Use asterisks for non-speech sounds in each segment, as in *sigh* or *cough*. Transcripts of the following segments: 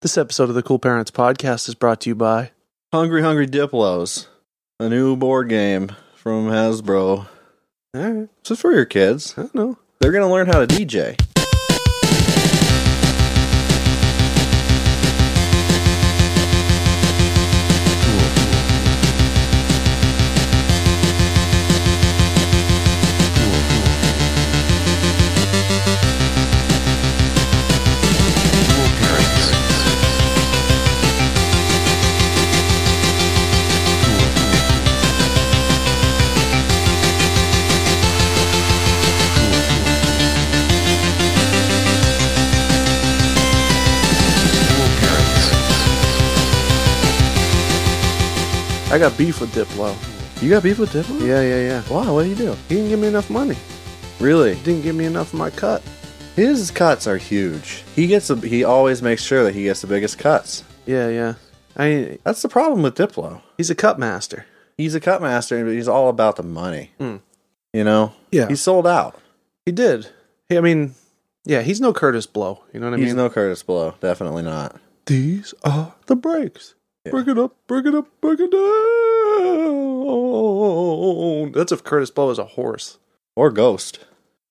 This episode of the Cool Parents Podcast is brought to you by Hungry Hungry Diplos, a new board game from Hasbro. All right, This is for your kids. I don't know. They're gonna learn how to DJ. I got beef with Diplo. You got beef with Diplo? Yeah, yeah, yeah. Why? What do you do? He didn't give me enough money. Really? He didn't give me enough of my cut. His cuts are huge. He gets the, he always makes sure that he gets the biggest cuts. Yeah, yeah. I That's the problem with Diplo. he's a cut master. He's a cut master, but he's all about the money. You know? Hmm. Yeah. He sold out. He did. He, I mean, yeah, he's no Curtis Blow. You know what I he's mean? no Curtis Blow. Definitely not. These are the breaks. Yeah. Break it up, break it up, break it down. That's if Curtis Blow is a horse. Or Ghost.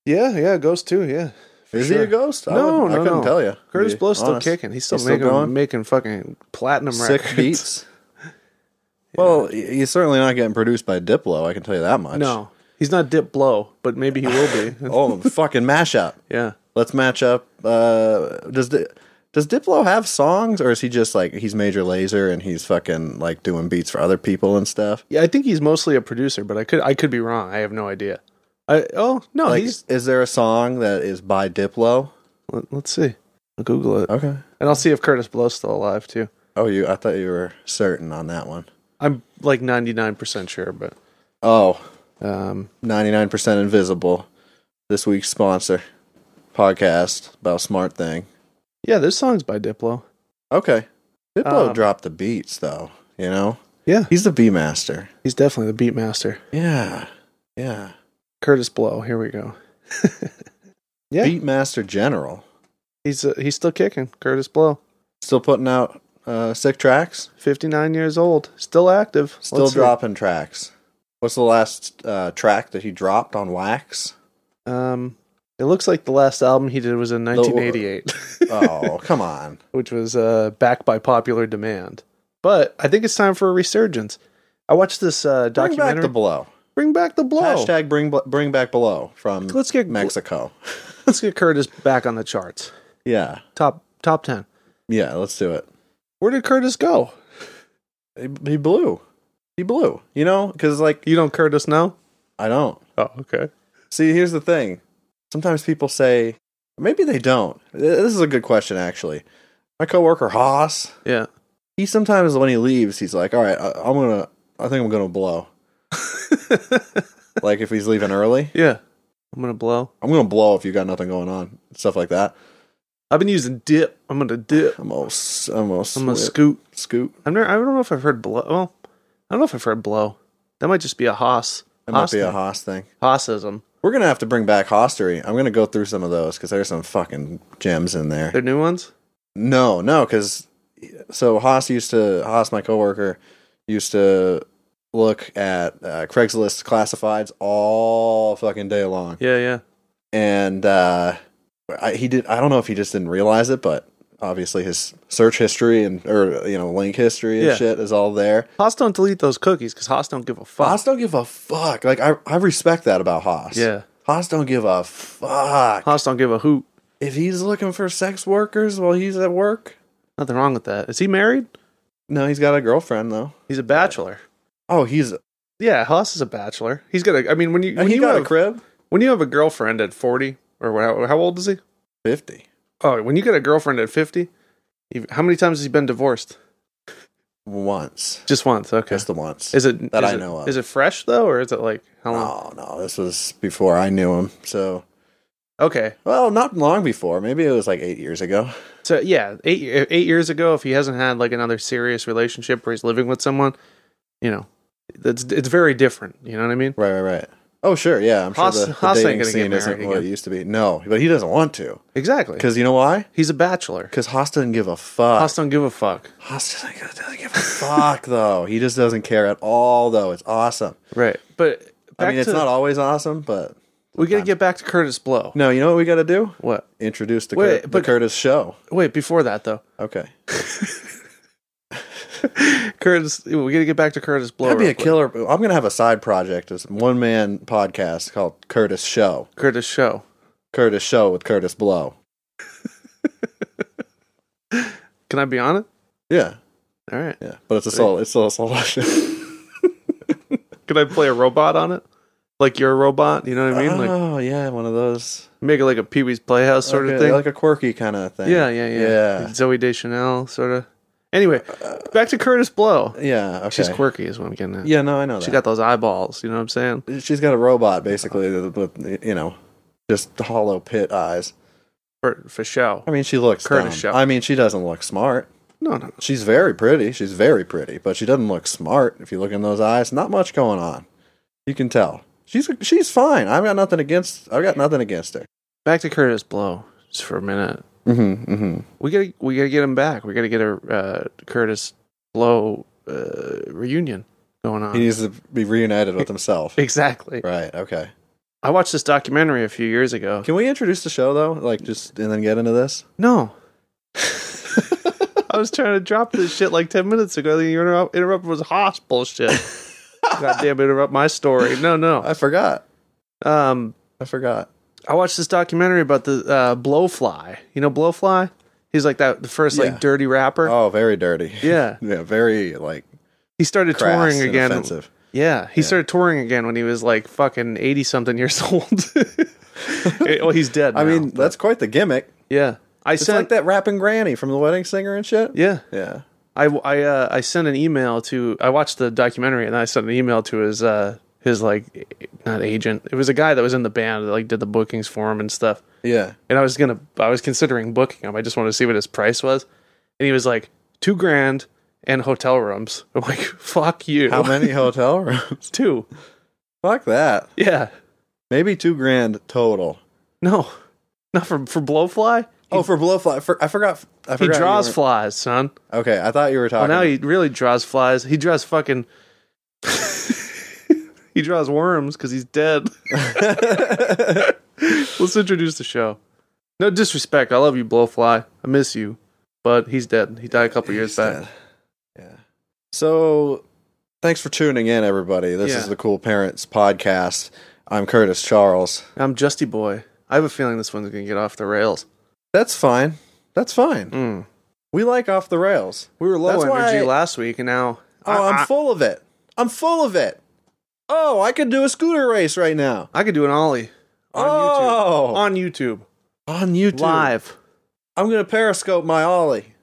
Yeah, yeah, Ghost too. Yeah. for Is sure. he a ghost? I No, no, wouldn't- I couldn't no. tell you. Curtis Be Blow's honest. still kicking. He's still, He's making, going? making fucking platinum sick records. *laughs* beats. Well, y- he's certainly not getting produced by Diplo. I can tell you that much. No, he's not Dip Blow, but maybe he *laughs* will be. oh, fucking mashup. yeah. Let's match up. Uh, does Di- does Diplo have songs, or is he just like he's Major Laser and he's fucking like doing beats for other people and stuff? Yeah, I think he's mostly a producer, but I could I could be wrong. I have no idea. I oh no, Like, he's is there a song that is by Diplo? let, us see. I'll Google it. Okay. And I'll see if Curtis Blow's still alive too. Oh, you. I thought you were certain on that one. I'm like ninety nine percent sure, but Oh, um 99% Invisible, this week's sponsor podcast about smart thing. yeah, there's songs by Diplo. Okay. Diplo Um, dropped the beats though, you know? Yeah. He's the B master. He's definitely the beat master. Yeah. Yeah. Curtis Blow, here we go. *laughs* yeah. Beat master general. He's uh, he's still kicking. Curtis Blow. Still putting out uh sick tracks, 59 years old, still active. still Let's see. dropping tracks. What's the last uh track that he dropped on Wax? Um it looks like the last album he did was in 1988. *laughs* Oh, come on. which was uh, backed by popular demand. But I think it's time for a resurgence. I watched this uh, Bring documentary. back the blow. Bring back the blow. Hashtag bring bl- bring back below from Let's get- Mexico. Let's get Curtis back on the charts. Yeah. Top top ten. Yeah, let's do it. Where did Curtis go? He, he blew. He blew. You know, because like You don't Curtis know? I don't. Oh, okay. See, here's the thing. Sometimes people say, maybe they don't. Th- This is a good question, actually. My coworker Haas, Yeah. *laughs* he sometimes when he leaves, he's like, "All right, I, I'm gonna, I think I'm gonna blow." like if he's leaving early, Yeah. I'm gonna blow. I'm gonna blow if you got nothing going on, stuff like that. I've been using dip. I'm gonna dip. I'm gonna, s- I'm gonna, I'm gonna scoot. scoot. scoot. I've never, I don't know if I've heard blow. Well, I don't know if I've heard blow. That might just be a Haas. That might be a thing. Haas thing. Haasism. We're gonna have to bring back Hostery. I'm gonna go through some of those because there's some fucking gems in there. They're new ones. No, no, because so Haas used to Haas, my coworker, used to look at uh, Craigslist classifieds all fucking day long, Yeah, yeah. and uh, I, he did. I don't know if he just didn't realize it, but obviously his search history and or you know link history and Yeah. shit is all there. Haas don't delete those cookies because Haas don't give a fuck. Haas don't give a fuck. Like I, I respect that about Haas. Yeah. Haas don't give a fuck. Haas don't give a hoot. If he's looking for sex workers while he's at work, Nothing wrong with that. Is he married? no, he's got a girlfriend though. He's a bachelor. Oh, he's Yeah, Haas is a bachelor. He's Uh, got a. I mean, when you when he you got have, a crib. when you have a girlfriend at forty or wha- how old is he? 50. Oh, when you get a girlfriend at fifty, Even- How many times has he been divorced? Once, Just once. Okay. just the once. Is it that is I it- know of. Is it fresh though, or is it like how long? no, no, this was before I knew him. So, Okay, well, not long before. Maybe it was like eight years ago. so yeah, eight ye- eight years ago, if he hasn't had like another serious relationship where he's living with someone, you know, that's it's very different. You know what I mean? Right, right, right. Oh, sure, yeah. I'm Haas- sure the, the Haas ain't dating gonna get scene isn't married what it again. used to be. No, but he doesn't want to. Exactly. Because you know why? He's a bachelor. Because Haas doesn't give a fuck. Haas don't give a fuck. Haas doesn't, doesn't give a fuck, *laughs* though. He just doesn't care at all, though. It's awesome. Right. But back I mean, it's to- not always awesome, but we got to get back to Curtis Blow. no. You know what we got to do? What? Introduce the, Wait, Cur- but- the Curtis show. Wait, before that though, Okay, Curtis, we got to get back to Curtis Blow. that'd be real a quick. killer. I'm gonna have a side project, this one man podcast called Curtis Show. Curtis show. Curtis Show with Curtis Blow. Can I be on it? Yeah, All right. yeah. But it's a solo. It's still a solo *laughs* show. Can I play a robot on it? Like you're a robot, you know what I mean? Like oh yeah, one of those make it like a Pee Wee's Playhouse sort Okay, of thing. like a quirky kind of thing. yeah, yeah, yeah, yeah, Zoe Deschanel sort of. Anyway, back to Curtis Blow. yeah. Okay. She's quirky, is what I'm getting at. Yeah, no, I know. she that. got those eyeballs. You know what I'm saying? she's got a robot basically with, with, you know just hollow pit eyes. For for show. I mean, she looks Curtis dumb. Show. I mean, she doesn't look smart. No, no, no. She's very pretty. She's very pretty, but she doesn't look smart. If you look in those eyes, not much going on. You can tell. She's she's fine. I've got nothing against. I've got nothing against her. Back to Curtis Blow, just for a minute. Mm-hmm, mm-hmm. We gotta we gotta get him back. We gotta get a uh, Curtis Blow uh, reunion going on. He needs to be reunited with himself. exactly. Right. Okay. I watched this documentary a few years ago. Can we introduce the show though? Like just and then get into this. No. *laughs* I was trying to drop this shit like 10 minutes ago. Then you interrupt, interrupted with Haas bullshit. Goddamn, interrupt my story. No, no. I forgot. Um, I forgot. I watched this documentary about the uh, Blowfly. You know Blowfly? He's like that, the first Yeah. like dirty rapper. Oh, very dirty. Yeah. *laughs* yeah. Very like He started crass touring and again. offensive. Yeah. He started touring again when he was like fucking 80 something years *laughs* old. Eh, well, he's dead. I now, mean, but- that's quite the gimmick. yeah. I It's sent like that rapping granny from the wedding singer and shit. Yeah. Yeah. I I uh, I sent an email to I watched the documentary and I sent an email to his uh his like not agent. It was a guy that was in the band that like did the bookings for him and stuff. Yeah. And I was gonna I was considering booking him. I just wanted to see what his price was. And he was like two grand and hotel rooms. *laughs* I'm like fuck you. How *laughs* many hotel rooms? *laughs* two? Fuck that. Yeah. Maybe two grand total. No. Not for for blowfly. oh, for blowfly, for, I forgot. I He forgot you draws were- flies, son. okay, I thought you were Well, talking. now he really draws flies. He draws fucking. *laughs* he draws worms because he's dead. *laughs* Let's introduce the show. No disrespect. I love you, Blowfly. I miss you, but he's dead. He died a couple years He's back. dead. Yeah. So, thanks for tuning in, everybody. This Yeah. is the Cool Parents Podcast. I'm Curtis Charles. I'm Justy Boy. I have a feeling this one's gonna get off the rails. That's fine. That's fine. Mm. We like off the rails. We were low That's why energy I- last week, and now Oh, I, I'm I- full of it. I'm full of it. Oh, I could do a scooter race right now. I could do an ollie on YouTube. oh, On YouTube, on YouTube live. I'm gonna Periscope my ollie.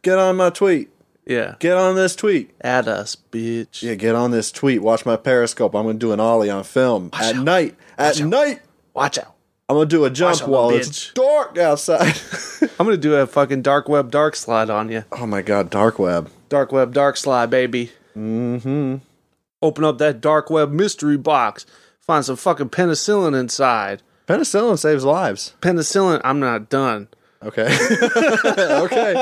get on my tweet. Yeah, Get on this tweet. at us, bitch. Yeah, get on this tweet. Watch my Periscope. I'm gonna do an ollie on film at night. At night, Watch out. I'm gonna do a jump out, little while it's bitch. dark outside. *laughs* I'm gonna do a fucking dark web dark slide on you. oh my god, dark web. Dark web dark slide, baby. Mm-hmm. Open up that dark web mystery box. Find some fucking penicillin inside. Penicillin saves lives. Penicillin. I'm not done. Okay. *laughs* *laughs* okay.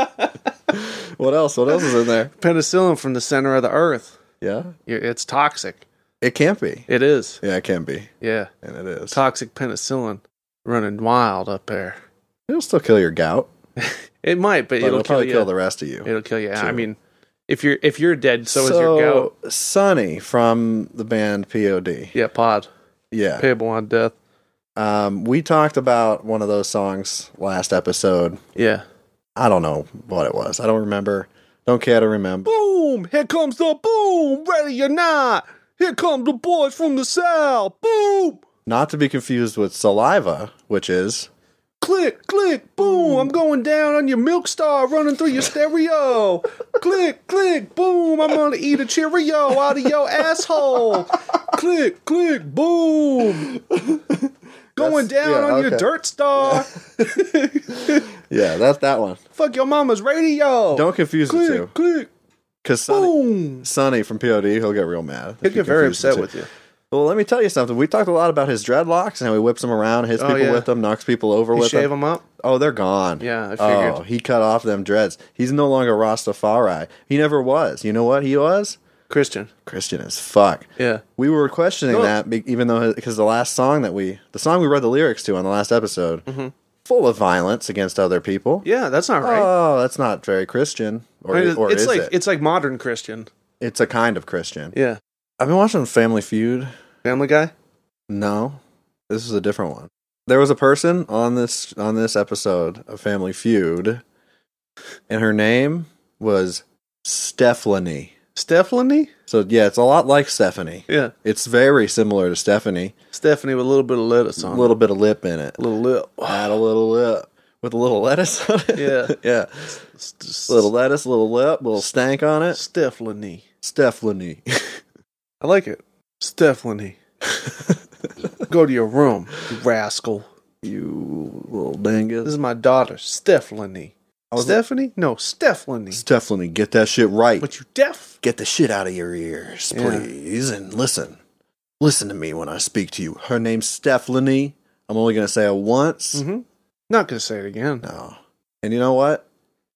what else? What else is in there? Penicillin from the center of the earth. Yeah. Y- It's toxic. It can't be. It is. Yeah, it can be. Yeah. And it is. Toxic penicillin running wild up there. It'll still kill your gout. It might, but, But it'll, it'll, kill probably you. kill the rest of you. it'll kill you. I mean, if you're if you're dead, so, is your gout. Sonny from the band POD. Yeah, pod. Yeah. Payable on death. Um, we talked about one of those songs last episode. Yeah. I don't know what it was. I don't remember. Don't care to remember. Boom! Here comes the boom! Ready or not! Here come the boys from the south! Boom! Not to be confused with Saliva, which is click, click, boom. I'm going down on your milk star running through your stereo. click, click, boom. I'm going to eat a Cheerio out of your asshole. click, click, *laughs* boom. Going That's- down yeah, on your okay. dirt star. Yeah, that's that one. Fuck your mama's radio. Don't confuse the two. click, click, Because Sonny, boom. Sonny from POD, he'll get real mad. He'd get very upset with you. Well, let me tell you something. We talked a lot about his dreadlocks and how he whips them around, hits Oh, people yeah. with them, knocks people over You with shave them. them up. Oh, they're gone. Yeah, I Oh, figured. he cut off them dreads. He's no longer Rastafari. He never was. You know what he was? Christian. Christian as fuck. Yeah. We were questioning No. that be- even though because the last song that we the song we read the lyrics to on the last episode, full of violence against other people. Mm-hmm. Yeah, that's not right. Oh, that's not very Christian, or, I mean, or it's is like it? it's like modern Christian. It's a kind of Christian. Yeah. I've been watching Family Feud. Family Guy? No, this is a different one. There was a person on this on this episode of Family Feud, and her name was Stephanie. Stephanie? So yeah, it's a lot like Stephanie. Yeah. It's very similar to Stephanie. Stephanie with a little bit of lettuce A on. little bit of lip in it. it. little lip. Add a little lip with a little lettuce on it. Yeah. *laughs* yeah. Little lettuce, little lip, little stank on it. Stephanie. Stephanie. I like it. Stephanie. Go to your room, you rascal. you little This dingus. is my daughter, Stephanie. I was- Stephanie? No, Stephanie. Stephanie, get that shit right. But you deaf? get the shit out of your ears, Yeah. please, and listen. Listen to me when I speak to you. Her name's Stephanie. I'm only gonna say it once. Mm-hmm. Not gonna say it again. No. And you know what?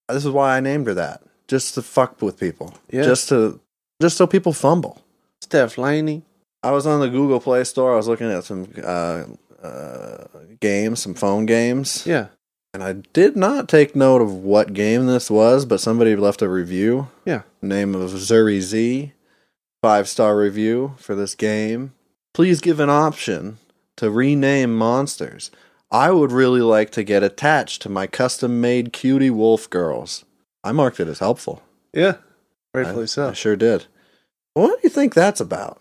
This is why I named her that. Just to fuck with people. Yeah. Just to just so people fumble. Stephanie. I was on the Google Play Store. I was looking at some uh, uh, games, some phone games, Yeah. and I did not take note of what game this was, but somebody left a review. Yeah. name of Zuri Z, five star review for this game. Please give an option to rename monsters. I would really like to get attached to my custom made cutie wolf girls. I marked it as helpful. Yeah. I- Rightfully so. I sure did. What do you think that's about?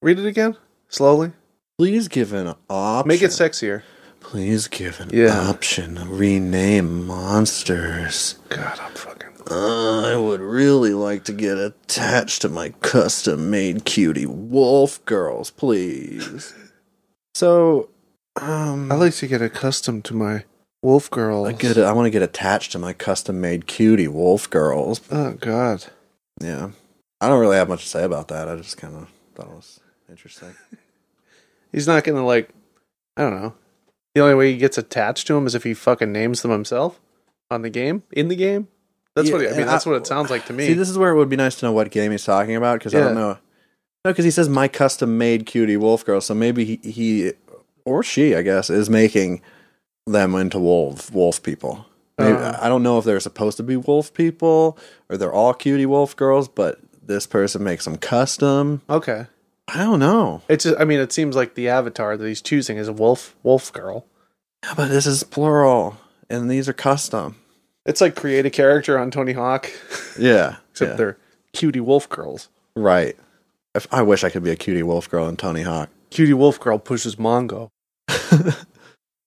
Read it again? Slowly. Please give an option. Make it sexier. Please give an Yeah. option to rename monsters. God, I'm fucking I would really like to get attached to my custom made cutie wolf girls, please. *laughs* so, um, I like to get accustomed to my wolf girl. I get, I want to get attached to my custom made cutie wolf girls. Oh God. Yeah, I don't really have much to say about that. I just kind of thought it was interesting. He's not gonna like I don't know. The only way he gets attached to him is if he fucking names them himself on the game. In the game? That's what Yeah, it, I mean, and that's I- what it sounds like to me. See, this is where it would be nice to know what game he's talking about because I Yeah. don't know. No, because he says my custom made cutie wolf girl, so maybe he, he or she, I guess, is making them into wolf wolf people. Maybe, Uh-huh. I don't know if they're supposed to be wolf people or they're all cutie wolf girls, but this person makes them custom. okay. I don't know. It's just, I mean, it seems like the avatar that he's choosing is a wolf wolf girl. Yeah, but this is plural, and these are custom. It's like create a character on Tony Hawk, *laughs* Yeah, except yeah. they're cutie wolf girls. right. If, I wish I could be a cutie wolf girl in Tony Hawk. *laughs* Cutie wolf girl pushes Mongo.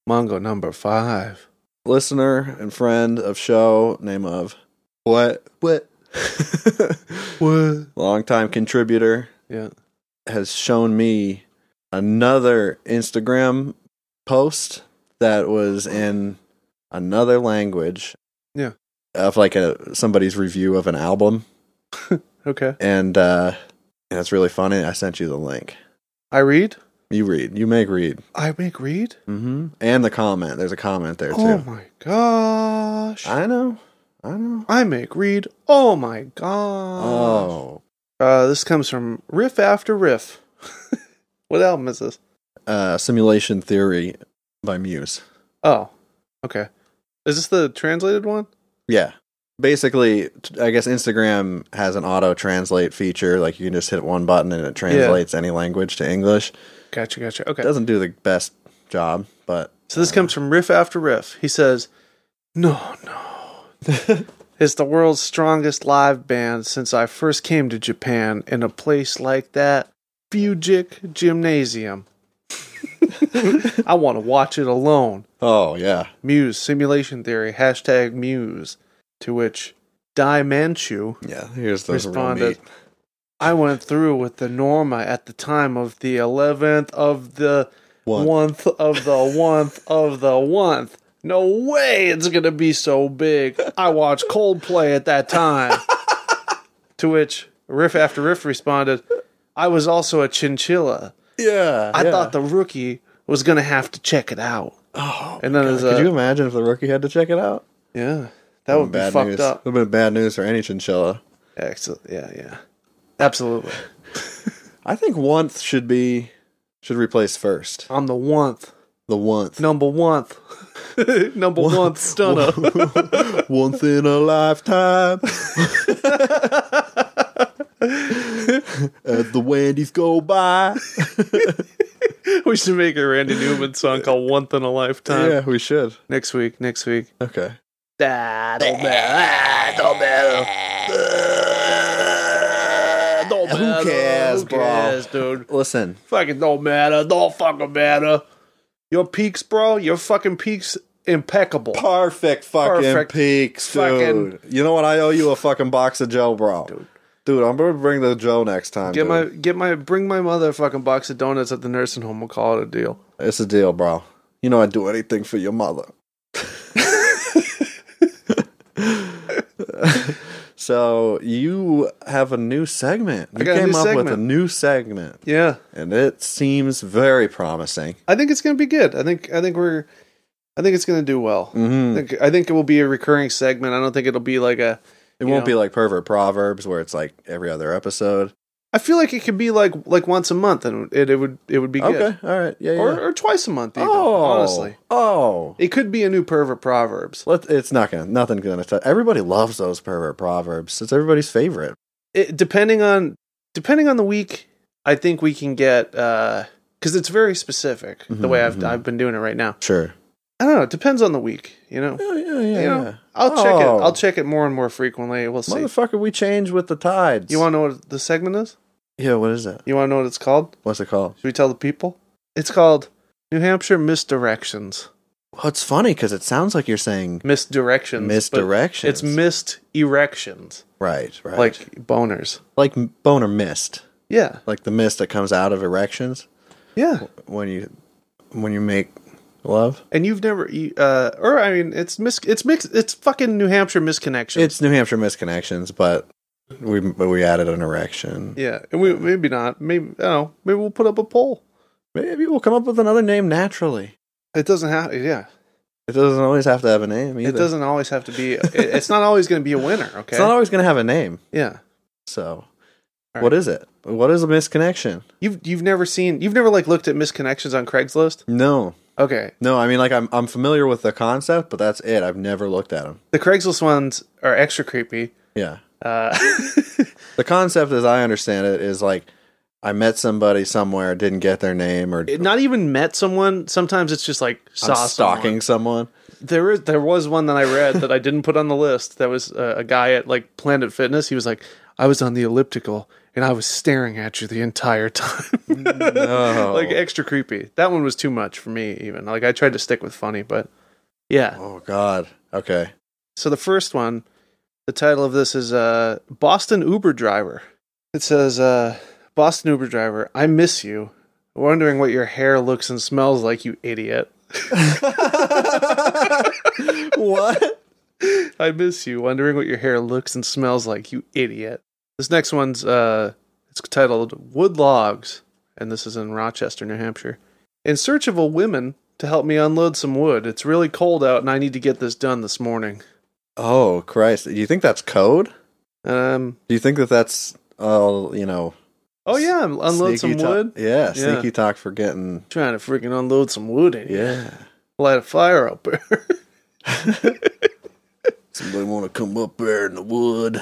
Mongo number five. listener and friend of show name of what what What? *laughs* longtime contributor Yeah. has shown me another Instagram post that was in another language. Yeah. Of like a somebody's review of an album Okay. and uh and it's really funny. I sent you the link. I read. You read. You make read. I make read. Mm-hmm. And the comment. There's a comment there too. Oh my gosh. I know. I know. I make read. Oh my gosh. Oh. Uh, this comes from riff after riff. *laughs* what album is this? uh, Simulation Theory by Muse. Oh, okay. Is this the translated one? Yeah. Basically, t- I guess Instagram has an auto translate feature. Like you can just hit one button and it translates any language to English. Gotcha, gotcha. Okay. It doesn't do the best job, but So this comes from riff after riff. He says, "No, no." *laughs* It's the world's strongest live band since I first came to Japan in a place like that, Fujik Gymnasium. *laughs* I want to watch it alone. Oh yeah. Muse simulation theory hashtag Muse. To which Di Manchu Yeah. Here's those real responded, meat. "I went through with the Norma at the time of the eleventh of the One. month of the one of the one. No way it's gonna be so big. I watched Coldplay at that *laughs* time." to which riff after riff responded, "I was also a chinchilla. Yeah. I yeah. thought the rookie was gonna have to check it out." Oh, and then there's Could a- you imagine if the rookie had to check it out? Yeah, that would be bad fucked news. up. Would have been bad news for any chinchilla. Excellent. Yeah, yeah, absolutely. I think once should be should replace first. I'm the one, The once. number one, *laughs* number one stunner. once in a lifetime. As the Wendy's go by. *laughs* we should make a Randy Newman song called "One Thing a Lifetime." yeah, we should. Next week. Next week. Okay. That'll be. That'll Don't Who matter. cares, bro? dude? Listen, Fucking don't matter. Don't fucking matter. Your peaks, bro. Your fucking peaks impeccable. perfect fucking Perfect peaks, fucking- dude. you know what? I owe you a fucking box of Joe, bro. Dude, I'm gonna bring the Joe next time. Get dude. my get my bring my mother a fucking box of donuts at the nursing home. We'll call it a deal. It's a deal, bro. You know I'd do anything for your mother. *laughs* so you have a new segment. You got a came new up with a segment. new segment, Yeah, and it seems very promising. I think it's gonna be good. I think I think we're I think it's gonna do well. Mm-hmm. I think I think it will be a recurring segment. I don't think it'll be like a. It You won't know. be like pervert proverbs where it's like every other episode. I feel like it could be like like once a month, and it, it would it would be good, Okay, all right, yeah, yeah. or or twice a month. Even, oh, honestly, oh. it could be a new pervert proverbs. Let, it's not gonna nothing's gonna touch. Everybody loves those pervert proverbs. It's everybody's favorite. It, depending on depending on the week, I think we can get because it's very specific the way Mm-hmm. I've I've been doing it right now. Sure. I don't know. It depends on the week, you know. Yeah, yeah, yeah. You know, yeah. I'll check it. Oh. I'll check it more and more frequently. We'll see. Motherfucker, we change with the tides. You want to know what the segment is? Yeah, what is that? You want to know what it's called? What's it called? Should we tell the people? It's called New Hampshire Misdirections. Well, it's funny because it sounds like you're saying Misdirections. but Misdirections. It's missed erections, right, right, like boners. like m- boner mist, Yeah, like the mist that comes out of erections yeah. when you when you make love. And you've never, you, uh, or I mean, it's mis, it's mix, it's fucking New Hampshire misconnections. It's New Hampshire misconnections, but we but we added an erection. yeah, and we maybe not. Maybe I don't know. Maybe we'll put up a poll. Maybe we'll come up with another name naturally. It doesn't have. Yeah, It doesn't always have to have a name either. it doesn't always have to be. it- it's not always going to be a winner. Okay. *laughs* It's not always going to have a name. yeah. So, All what is it? What is a misconnection? You've you've never seen you've never like looked at misconnections on Craigslist? No, Okay. no. I mean, like I'm I'm familiar with the concept, but that's it. I've never looked at them. The Craigslist ones are extra creepy. Yeah. Uh *laughs* The concept, as I understand it, is like I met somebody somewhere, didn't get their name, or not even met someone. Sometimes it's just like I'm saw stalking stalking. someone. There is there was one that I read that I didn't put on the list. That was uh, a guy at like Planet Fitness. He was like, "I was on the elliptical and I was staring at you the entire time." *laughs* No. like extra creepy. That one was too much for me even. Like I tried to stick with funny, but yeah. oh God. *laughs* Okay. So the first one, the title of this is uh, Boston Uber Driver. It says, uh, Boston Uber Driver, I miss you. Wondering what your hair looks and smells like, you idiot. what? I miss you. Wondering what your hair looks and smells like, you idiot. This next one's uh, it's titled Wood Logs, and this is in Rochester, New Hampshire. In search of a woman to help me unload some wood. It's really cold out, and I need to get this done this morning. Oh Christ! Do you think that's code? Um. Do you think that that's all you know? Oh yeah, unload some sneaky talk- wood. Yeah. Yeah, sneaky talk for getting. trying to freaking unload some wood in here. Yeah. Light a fire up there. *laughs* Somebody want to come up there in the wood,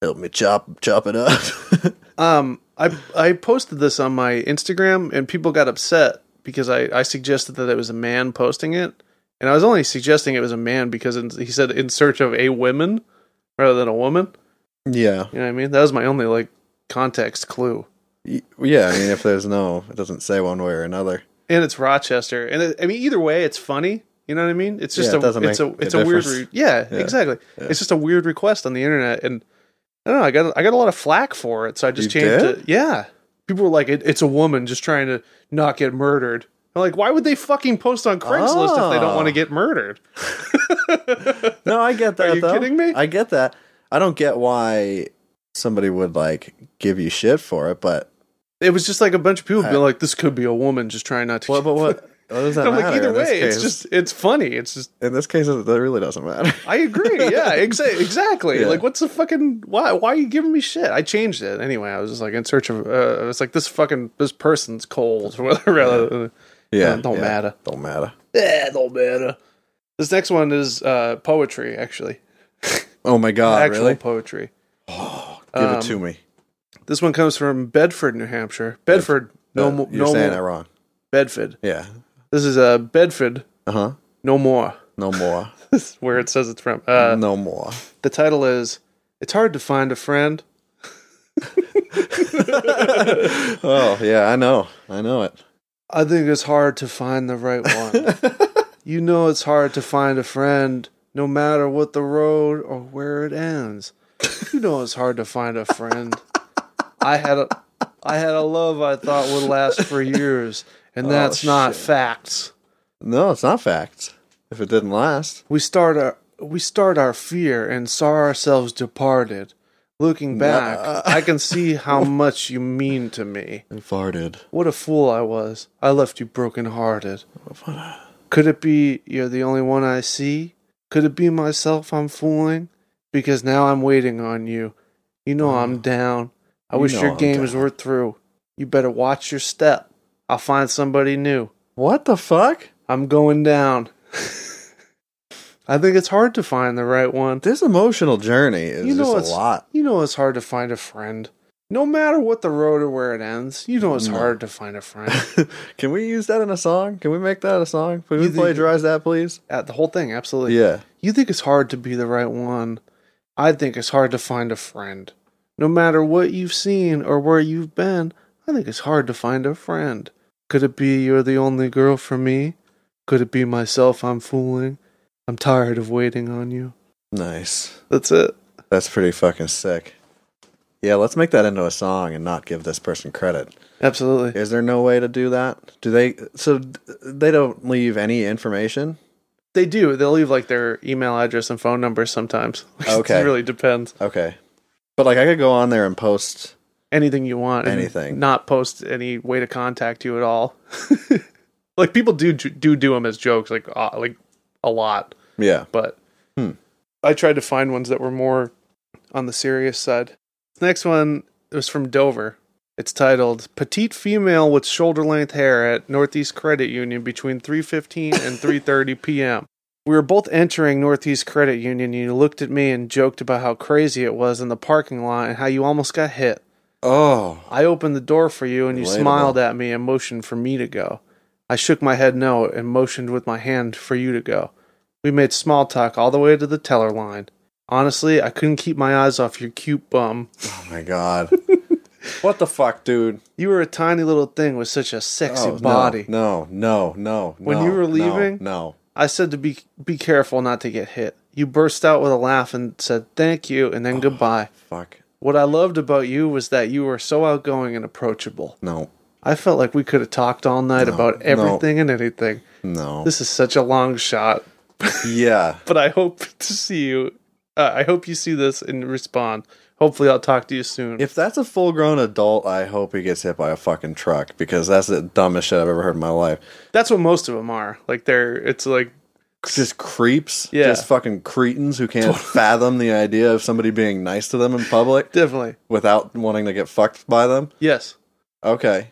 help me chop chop it up. *laughs* um, I I posted this on my Instagram and people got upset because I I suggested that it was a man posting it, and I was only suggesting it was a man because in, he said in search of a woman rather than a woman. yeah, You know what I mean? That was my only like context clue. Y- yeah. I mean, if there's no, it doesn't say one way or another. and it's Rochester, and it, I mean either way, it's funny. You know what I mean? It's just Yeah, it a doesn't it's a make a it's a weird difference. re- yeah, exactly. It's just a weird request on the internet, and I don't know. I got I got a lot of flack for it, so I just You changed did? it. Yeah, people were like, it, "It's a woman just trying to not get murdered." I'm like, why would they fucking post on Craigslist if they don't Oh. want to get murdered? No, I get that. you though. kidding me? I get that. I don't get why somebody would like give you shit for it, but It was just like a bunch of people being like, "This could be a woman just trying not to." what? But what? *laughs* What does that I'm like, matter? either in this way, it's case? just it's funny. It's just in this case, it that really *laughs* doesn't matter. I agree. Yeah, *laughs* exa- exactly. Yeah. Like, what's the fucking why? Why are you giving me shit? I changed it anyway. I was just like in search of. Uh, I was like this fucking this person's cold. Rather, Yeah, don't yeah. matter. Don't matter. Eh, don't matter. This next one is uh, poetry, actually, Oh my god! actual really? poetry. Give um, it to me. This one comes from Bedford, New Hampshire. Bedford, no, Uh, mo- you're no, saying more. it wrong. Bedford. Yeah. This is uh, Bedford, Uh huh. no more. No more. This is where it says it's from. Uh, no more. The title is "It's Hard to Find a Friend." Oh yeah, I know. I know it. I think it's hard to find the right one. you know, it's hard to find a friend, no matter what the road or where it ends. You know, it's hard to find a friend. I had a, I had a love I thought would last for years, and that's not facts. No, it's not facts. If it didn't last, We start our, we start our fear and saw ourselves departed. Looking back, I can see how much you mean to me. it farted. What a fool I was. I left you broken-hearted. Could it be you're the only one I see? Could it be myself I'm fooling? Because now I'm waiting on you. You know I'm down. I Mm. You wish know your I'm games down. were through. You better watch your step. I'll find somebody new. What the fuck? I'm going down. *laughs* I think it's hard to find the right one. This emotional journey is You know just it's a lot. *laughs* You know it's hard to find a friend. No matter what the road or where it ends, you know it's hard to find a *laughs* friend. Can we use that in a song? Can we make that a song? Can we You think- plagiarize that, please? Uh, the whole thing, absolutely. Yeah. You think it's hard to be the right one. I think it's hard to find a friend. No matter what you've seen or where you've been, I think it's hard to find a friend. Could it be you're the only girl for me? Could it be myself I'm fooling? I'm tired of waiting on you. Nice. That's it. That's pretty fucking sick. Yeah, let's make that into a song and not give this person credit. Absolutely. Is there no way to do that? Do they? So th- they don't leave any information. They do. They'll leave like their email address and phone number sometimes. *laughs* Okay. it really depends. Okay. But like, I could go on there and post. anything you want and Anything. not post any way to contact you at all *laughs* like people do do do them as jokes like uh, like a lot Yeah. but Hmm. i tried to find ones that were more on the serious side this next one was from dover it's titled petite female with shoulder length hair at northeast credit union between 3.15 *laughs* and 3.30 p.m we were both entering northeast credit union and you looked at me and joked about how crazy it was in the parking lot and how you almost got hit Oh. I opened the door for you and you Relatable. smiled at me and motioned for me to go. I shook my head no and motioned with my hand for you to go. We made small talk all the way to the teller line. Honestly, I couldn't keep my eyes off your cute bum. Oh *laughs* my god. what the fuck, dude? You were a tiny little thing with such a sexy Oh, no, body. No. No. No. When no, you were no, leaving? No. I said to be be careful not to get hit. You burst out with a laugh and said thank you and *sighs* then goodbye. Fuck. What I loved about you was that you were so outgoing and approachable. No. I felt like we could have talked all night about no. everything and anything. No. This is such a long shot, yeah. but I hope to see you. Uh, I hope you see this and respond. Hopefully, I'll talk to you soon. If that's a full grown adult, I hope he gets hit by a fucking truck because that's the dumbest shit I've ever heard in my life. That's what most of them are. Like they're, it's like Just creeps, Yeah. just fucking cretins *laughs* who can't fathom the idea of somebody being nice to them in public definitely without wanting to get fucked by them. yes. *laughs* Okay.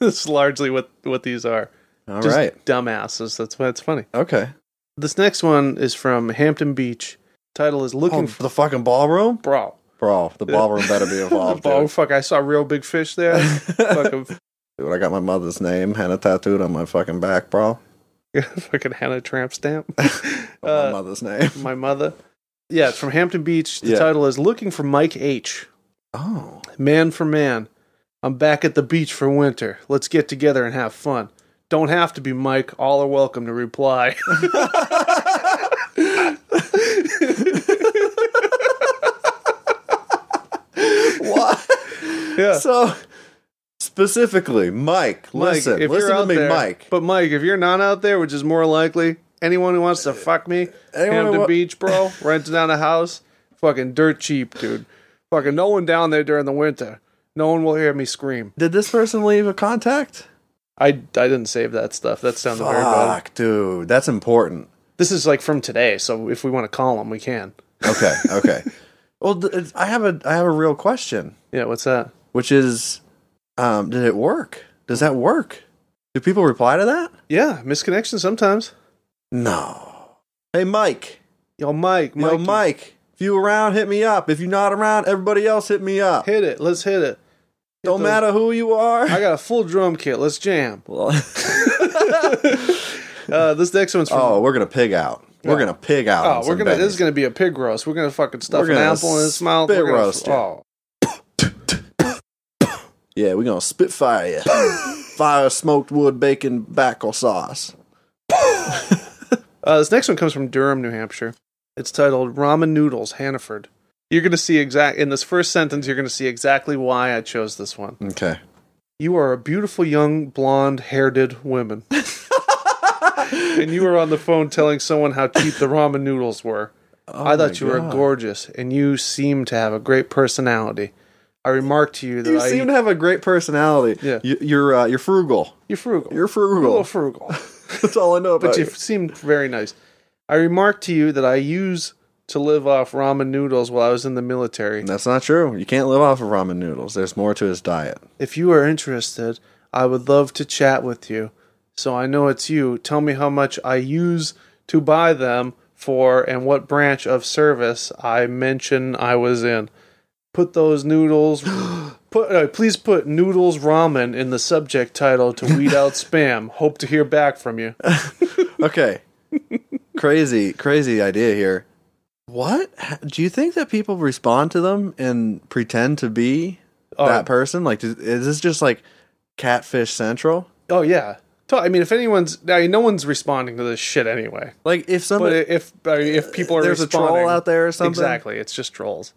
That's largely what what these are. all right. Just dumbasses. That's why it's funny. Okay. This next one is from Hampton Beach. Title is "Looking Oh, for the fucking ballroom? Bro." Bro, the ballroom *laughs* better be involved. oh dude. fuck! I saw real big fish there. *laughs* *laughs* fucking, Dude, I got my mother's name henna tattooed on my fucking back, bro. fucking Hannah Tramp stamp. my Uh, *laughs* mother's name. my mother. Yeah, it's from Hampton Beach. The Yeah. title is Looking for Mike H. Oh. Man for man. I'm back at the beach for winter. Let's get together and have fun. Don't have to be Mike. All are welcome to *laughs* reply. What? yeah. *laughs* so specifically, Mike, Mike, listen, if listen you're to out me, there, Mike. But Mike, if you're not out there, which is more likely, anyone who wants to fuck me, Uh, anyone who Hampton wa- Beach, *laughs* bro, renting down a house, fucking dirt cheap, dude. Fucking no one down there during the winter. No one will hear me scream. Did this person leave a contact? I, I didn't save that stuff. That sounded very bad. Fuck, dude, that's important. This is like from today, so if we want to call them, we can. Okay, okay. *laughs* well, th- it's- I have a I have a real question, Yeah, what's that? which is, um, did it work? Does that work? Do people reply to that? Yeah, misconnection sometimes. No. Hey, Mike. Yo, Mike, Mike, Yo, Mike. If you around, hit me up. If you're not around, everybody else hit me up. hit it. Let's hit it. Don't those- matter who you are. *laughs* I got a full drum kit. Let's jam. Well- Uh, this next one's from *laughs* Oh, we're gonna pig out. We're Yeah. gonna pig out. Oh, we're gonna. This is gonna be a pig roast. We're gonna fucking stuff We're an gonna apple in his mouth. spit We're gonna, roast you. Oh, yeah, we're gonna spitfire *laughs* you. Fire smoked wood bacon backle sauce. uh, this next one comes from Durham, New Hampshire. It's titled "Ramen Noodles Hannaford." You're gonna see exact in this first sentence. You're gonna see exactly why I chose this one. Okay. You are a beautiful young blonde-haired *laughs* woman, and you were on the phone telling someone how cheap the ramen noodles were. Oh I thought you were gorgeous, and you seem to have a great personality. I remarked to you that You I seem to have a great personality. Yeah. You, you're uh, you're frugal. you're frugal. You're a little *laughs* frugal. Oh, frugal. That's all I know about but you you. seemed very nice. I remarked to you that I use to live off ramen noodles while I was in the military. That's not true. You can't live off of ramen noodles. There's more to his diet. If you are interested, I would love to chat with you. So I know it's you. Tell me how much I use to buy them for and what branch of service I mention I was in. Put those noodles. Put, uh, please put noodles ramen in the subject title to weed out spam. Hope to hear back from you. Okay. crazy, crazy idea here. What H- do you think that people respond to them and pretend to be Oh. that person? Like, is is this just like catfish central? Oh yeah. To- I mean, if anyone's, I mean, no one's responding to this shit anyway. Like, if But somebody, if I mean, if people are uh, There's a troll responding- out there or something? Oh exactly, it's just trolls.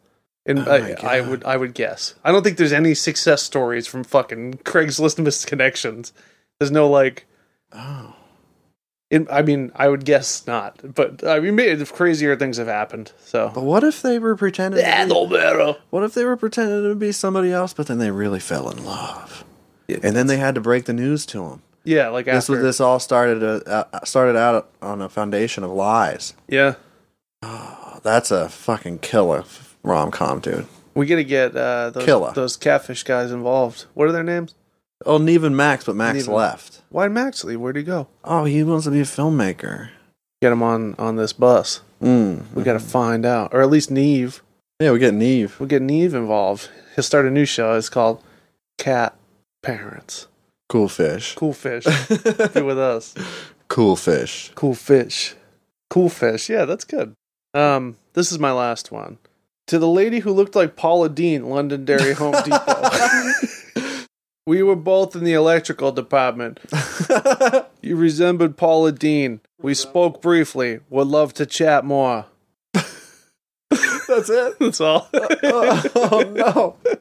And my I, God. I would, I would guess. I don't think there's any success stories from fucking *laughs* Craigslist misconnections. There's no like. oh, In, I mean, I would guess not. But I mean, maybe crazier things have happened. So. but what if they were pretending? Yeah, To no matter. be, what if they were pretending to be somebody else, but then they really fell in love, and then they had to break the news to them? Yeah, like This after. was this all started uh, uh, started out on a foundation of lies. Yeah, That's a fucking killer rom com, dude. we gotta get uh, those Killer. those catfish guys involved. What are their names? Oh, and even Max, but Max Neven. left. Why Maxley? Where'd he go? Oh, he wants to be a filmmaker. Get him on on this bus. Mm. We got to find out, or at least Neve. Yeah, we get Neve. We'll get Neve involved. He'll start a new show. It's called Cat Parents. Cool *laughs* fish. Cool fish. *laughs* Be with us. Cool fish. *laughs* Cool fish. Cool fish. Yeah, that's good. Um, this is my last one. To the lady who looked like Paula Dean, Londonderry Home *laughs* Depot. we were both in the electrical department. You resembled Paula Dean. We spoke briefly. Would love to chat more. That's it. That's all. *laughs* Oh, no.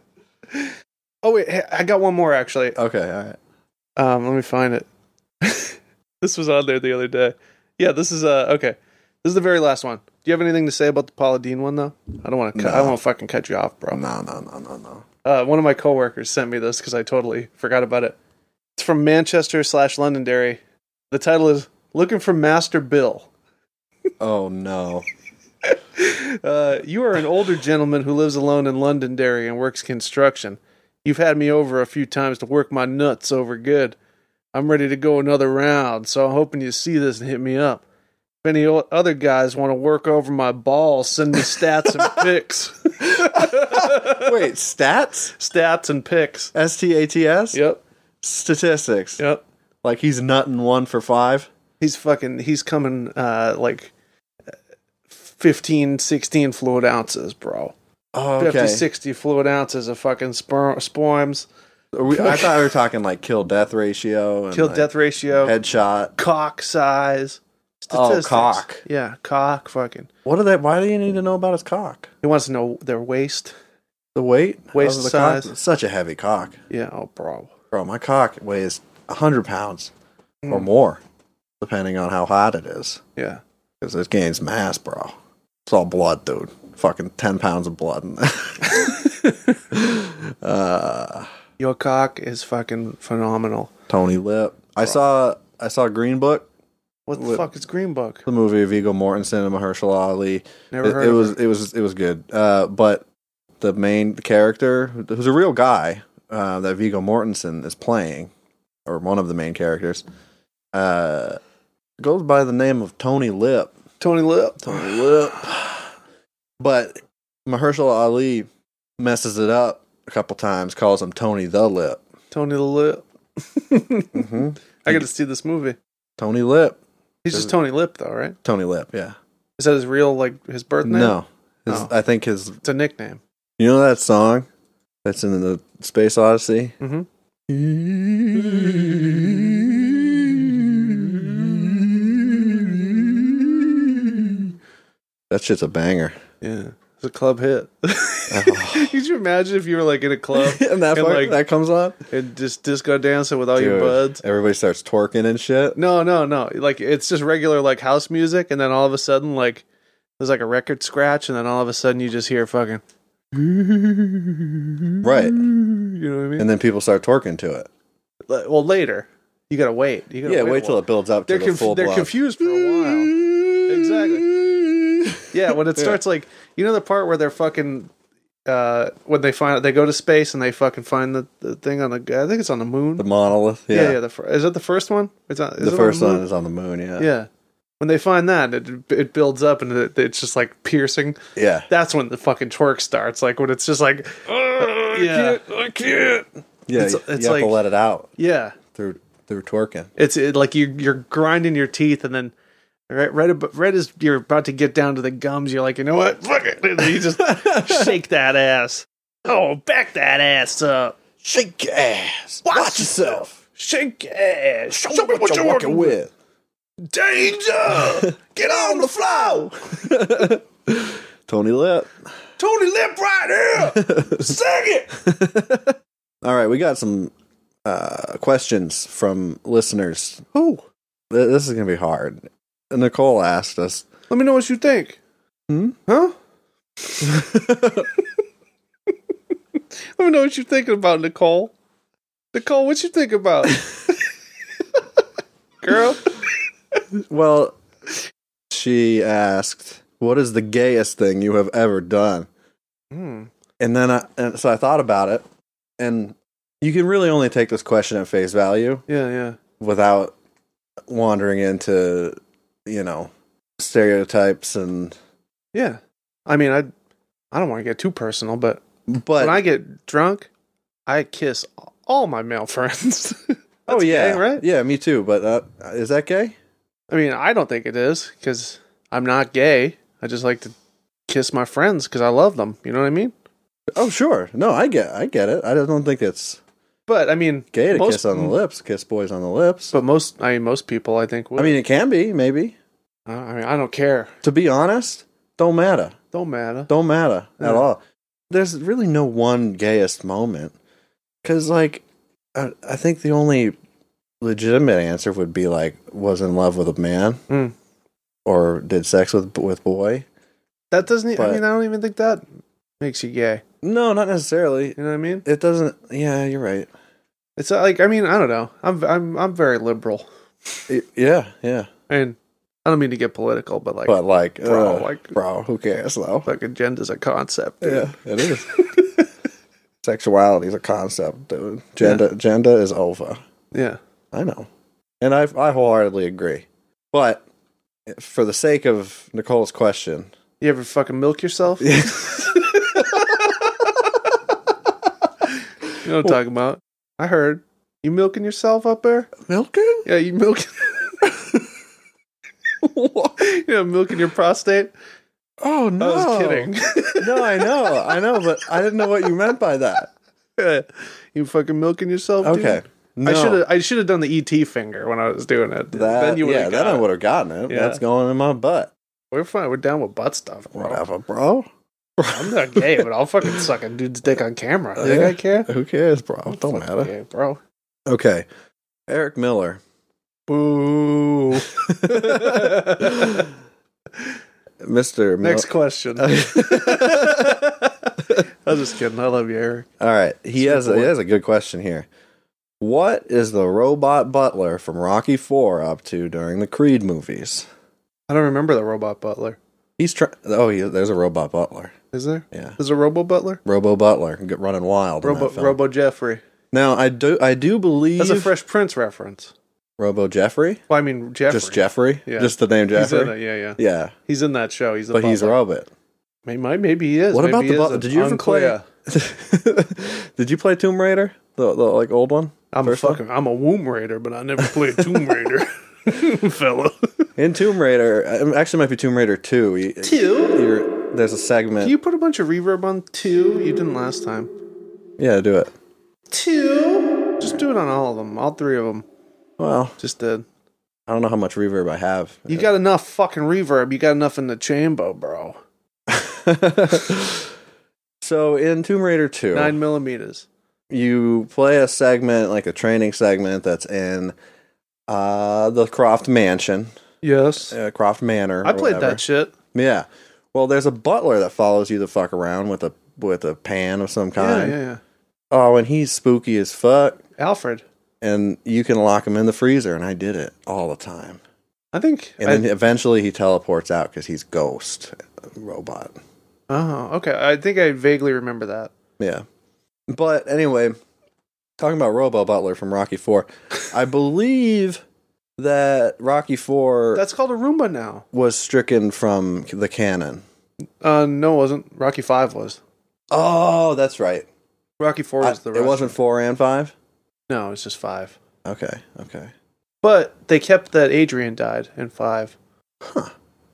oh wait, hey, I got one more actually. Okay, all right. Um, let me find it. *laughs* this was on there the other day. Yeah, this is uh okay. This is the very last one. Do you have anything to say about the Paula Dean one though? I don't want to. Cut, I No. won't fucking cut you off, bro. Oh, No, no, no, no, no. Uh, one of my coworkers sent me this because I totally forgot about it. It's from Manchester slash Londonderry. The title is "Looking for Master Bill." Oh no. Uh, you are an older gentleman who lives alone in Londonderry and works construction. You've had me over a few times to work my nuts over good. I'm ready to go another round, so I'm hoping you see this and hit me up. If any o- other guys want to work over my balls, send me stats and pics. Wait, stats? stats and pics. S T A T S? Yep. Statistics. Yep. Like he's nutting one for five. He's fucking, he's coming uh, like uh, 15, 16 fluid ounces, bro. Oh, 50, 60 fluid ounces of fucking sperm, sperms. Are we- I thought we were talking like kill death ratio. And Kill like death ratio, Headshot. cock size. Oh, Statistics. cock. Yeah, cock. Fucking. What are that? Why do you need to know about his cock? He wants to know their waist. The weight? Waist of the cock? size. Such a heavy cock. Yeah. Oh, bro. Bro, my cock weighs 100 pounds or more, depending on how hot it is. *laughs* Yeah. Because this game's mass, bro. It's all blood, dude. Fucking 10 pounds of blood *laughs* in there. uh, Your cock is fucking phenomenal. Tony Lip. I saw I saw Green Book, What the What- fuck is Green Book? the movie of Viggo Mortensen and Mahershala Ali. Never it, heard it of was it. it was it was good. Uh, but the main character, who's a real guy, uh, that Viggo Mortensen is playing, or one of the main characters, uh, goes by the name of Tony Lip. Tony Lip. Tony Lip. *sighs* But Mahershala Ali messes it up a couple times, calls him Tony the Lip. Tony *laughs* Lip. hmm I got to see this movie. Tony Lip. He's Does just it- Tony Lip, though, right? Tony Lip, yeah. Is that his real, like, his birth name? No. His, Oh. I think his It's a nickname. You know that song that's in the Space Odyssey? Mhm. That shit's a banger. *sighs* Yeah. *laughs* It's a club hit. Could you imagine if you were, like, in a club Oh. *laughs* and that, *laughs* And, fuck- like- that comes on? and just disco dancing with all your Dude, buds? Everybody starts twerking and shit. No, no, no. Like it's just regular like house music, and then all of a sudden like there's like a record scratch, and then all of a sudden you just hear fucking. Right. You know what I mean? And then people start twerking to it. Like, well, later you gotta wait. You gotta Yeah, wait, wait a till while. it builds up to they're the conf- full they're blown. confused for a while. Exactly. Yeah, when it Yeah. starts like you know the part where they're fucking. Uh, when they find they go to space and they fucking find the, the thing on the I think it's on the moon. The monolith. Yeah. yeah, yeah. The fir- is that the first one? It's on, is it the on first moon? one is on the moon. Yeah. Yeah. When they find that, it, it builds up and it, it's just like piercing. Yeah. That's when the fucking twerk starts. Like when it's just *laughs* like, Ah, yeah, Yeah, It's- you, it's you have like- to let it out yeah. through through twerking. It's it, like you you're grinding your teeth and then right right ab- right as you're about to get down to the gums, you're like, you know what, fuck it, and you *laughs* just shake that ass. Oh, back that ass up. Shake your ass. Watch, yourself. Shake your ass. Show, me what you're working with. *laughs* Danger. Get on the floor. Tony Lip. Tony Lip right *laughs* here. Sing it. All right, we got some uh, questions from listeners. Oh, Th- This is gonna be hard. Nicole asked us. let me know what you think. Hmm? Huh? *laughs* Let me know what you're thinking about, Nicole. Nicole, what you think about? *laughs* Girl? Well, she asked, "What is the gayest thing you have ever done?" Hmm. And then, I, and so I thought about it, and you can really only take this question at face value. Yeah, yeah. without wandering into you know stereotypes and Yeah. I mean, I I don't want to get too personal, but but when I get drunk, I kiss all my male *laughs* friends. oh That's yeah gay, right? yeah me too but uh, is that gay I mean, I don't think it is cuz I'm not gay. I just like to kiss my friends cuz I love them, you know what I mean? oh sure no i get i get it i don't think it's But I mean, gay to most, kiss on the lips kiss boys on the lips But most I mean, most people I think would. i mean it can be maybe I I mean, I don't care. to be honest don't matter Don't matter. don't matter Yeah. at all. There's really no one gayest moment because, like, I, I think the only legitimate answer would be like was in love with a man Hmm. or did sex with with boy. That doesn't. e I I But- mean, I don't even think that makes you gay. No, not necessarily. You know what I mean? It doesn't. Yeah, you're right. It's not like I mean, I don't know. I'm I'm I'm very liberal, It- yeah, yeah. and I don't mean to get political, but like but like, bro, bro, like- bro, who cares though? fucking gender's a concept. dude. Yeah, it *laughs* is. Sexuality is a concept, dude. Gender, gender is over. yeah. I know. And I I wholeheartedly agree. But for the sake of Nicole's *laughs* question, You ever fucking milk yourself? you know what I'm talking about? I heard you milking yourself up there. milking? Yeah, you *laughs* *laughs* milking. you know, milking your prostate. Oh I no. was kidding. no, I know. I know, but I didn't know what you meant by that. *laughs* you fucking milking yourself? dude? Okay. No. I should have I should have done the ET finger when I was doing it. That, would've yeah, then got I it. would have gotten it. Yeah. That's going in my butt. We're fine. We're down with butt stuff. Bro. *laughs* Whatever, bro. I'm not gay, but I'll fucking suck a dude's dick on camera. You think Oh, Yeah. I care? Who cares, bro? It don't matter. Yeah, bro. Okay. Eric Miller. *laughs* *laughs* Boo. *laughs* Mr. Mil- *laughs* Next question. I was just kidding. I love you, Eric. All right. He has, a, he has a good question here. What is the robot butler from Rocky 4 up to during the Creed movies? I don't remember the robot butler. He's trying. Oh, he, there's a robot butler. Is there? Yeah. Is a robo butler? Robo Butler get running wild. in Robo that film. Robo Jeffrey. Now I do I do believe That's a Fresh Prince reference. Robo Jeffrey? Well, I mean Jeffrey. Just Jeffrey? Yeah. Just the name He's Jeffrey? in it. Yeah, yeah. Yeah. He's in that show. He's the But he's a butler. robot. He might, maybe he is. Maybe What about he the isn't. butler? Did you ever Unclear. play *laughs* Did you play Tomb Raider? The, the like old one? I'm a First one? fucking I'm a womb raider, but I never played Tomb Raider, *laughs* fella. In Tomb Raider, um, actually it might be Tomb Raider 2. You- Two? You're, there's a segment. Can you put a bunch of reverb on two? You didn't last time. yeah, do it. Two. Just do it on all of them. All three of them. Well, Just did. I don't know how much reverb I have. *laughs* You got enough fucking reverb. You got enough in the chamber, bro. so in Tomb Raider 2, Nine millimeters. you play a segment like a training segment that's in uh the Croft Mansion, Yes. uh, Croft Manor. I or played whatever. that shit. Yeah. Well, there's a butler that follows you the fuck around with a with a pan of some Yeah, kind. yeah, yeah. Oh, and he's spooky as fuck. Alfred. And you can lock him in the freezer, and I did it all the time. I think. And I- then eventually he teleports out because he's ghost robot. oh, okay. I think I vaguely remember that. Yeah. But anyway, talking about Robo Butler from Rocky Four, *laughs* I believe that Rocky Four That's called a Roomba now. was stricken from the canon. Uh, no, it wasn't. Rocky Five was. Oh, that's right. Rocky Four was the. it Russian. wasn't four and five. No, it's just five. Okay, okay. But they kept that Adrian died in five,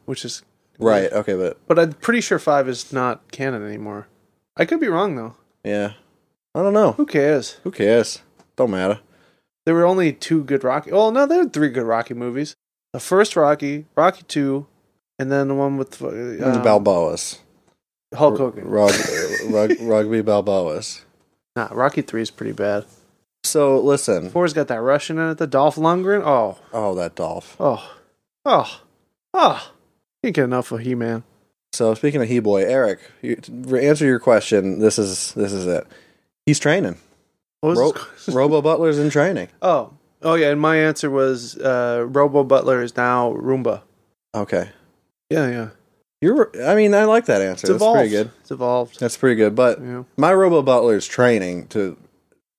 which is. Right. Okay, but But I'm pretty sure five is not canon anymore. I could be wrong though. yeah, I don't know. Who cares? Who cares? Don't matter. There were only two good Rocky. Well, no, there were three good Rocky movies. The first Rocky, Rocky Two, and then the one with uh, It's um, Balboas. Hulk Hogan. Rug, rug, rugby Balboas. nah, Rocky Three is pretty bad. So listen. Four's got that Russian in it. The Dolph Lundgren. Oh, Oh, that Dolph. oh, oh, oh. Can't get enough of He Man. So speaking of he boy, Eric, you, to answer your question. This is this is it. He's training. What was Ro- *laughs* his- Robo Butler's in training. Oh, oh yeah. And my answer was uh, Robo Butler is now Roomba. Okay. Yeah, yeah. You're. I mean, I like that answer. It's That's evolved. pretty good. It's evolved. That's pretty good. But Yeah. my Robo Butler's training to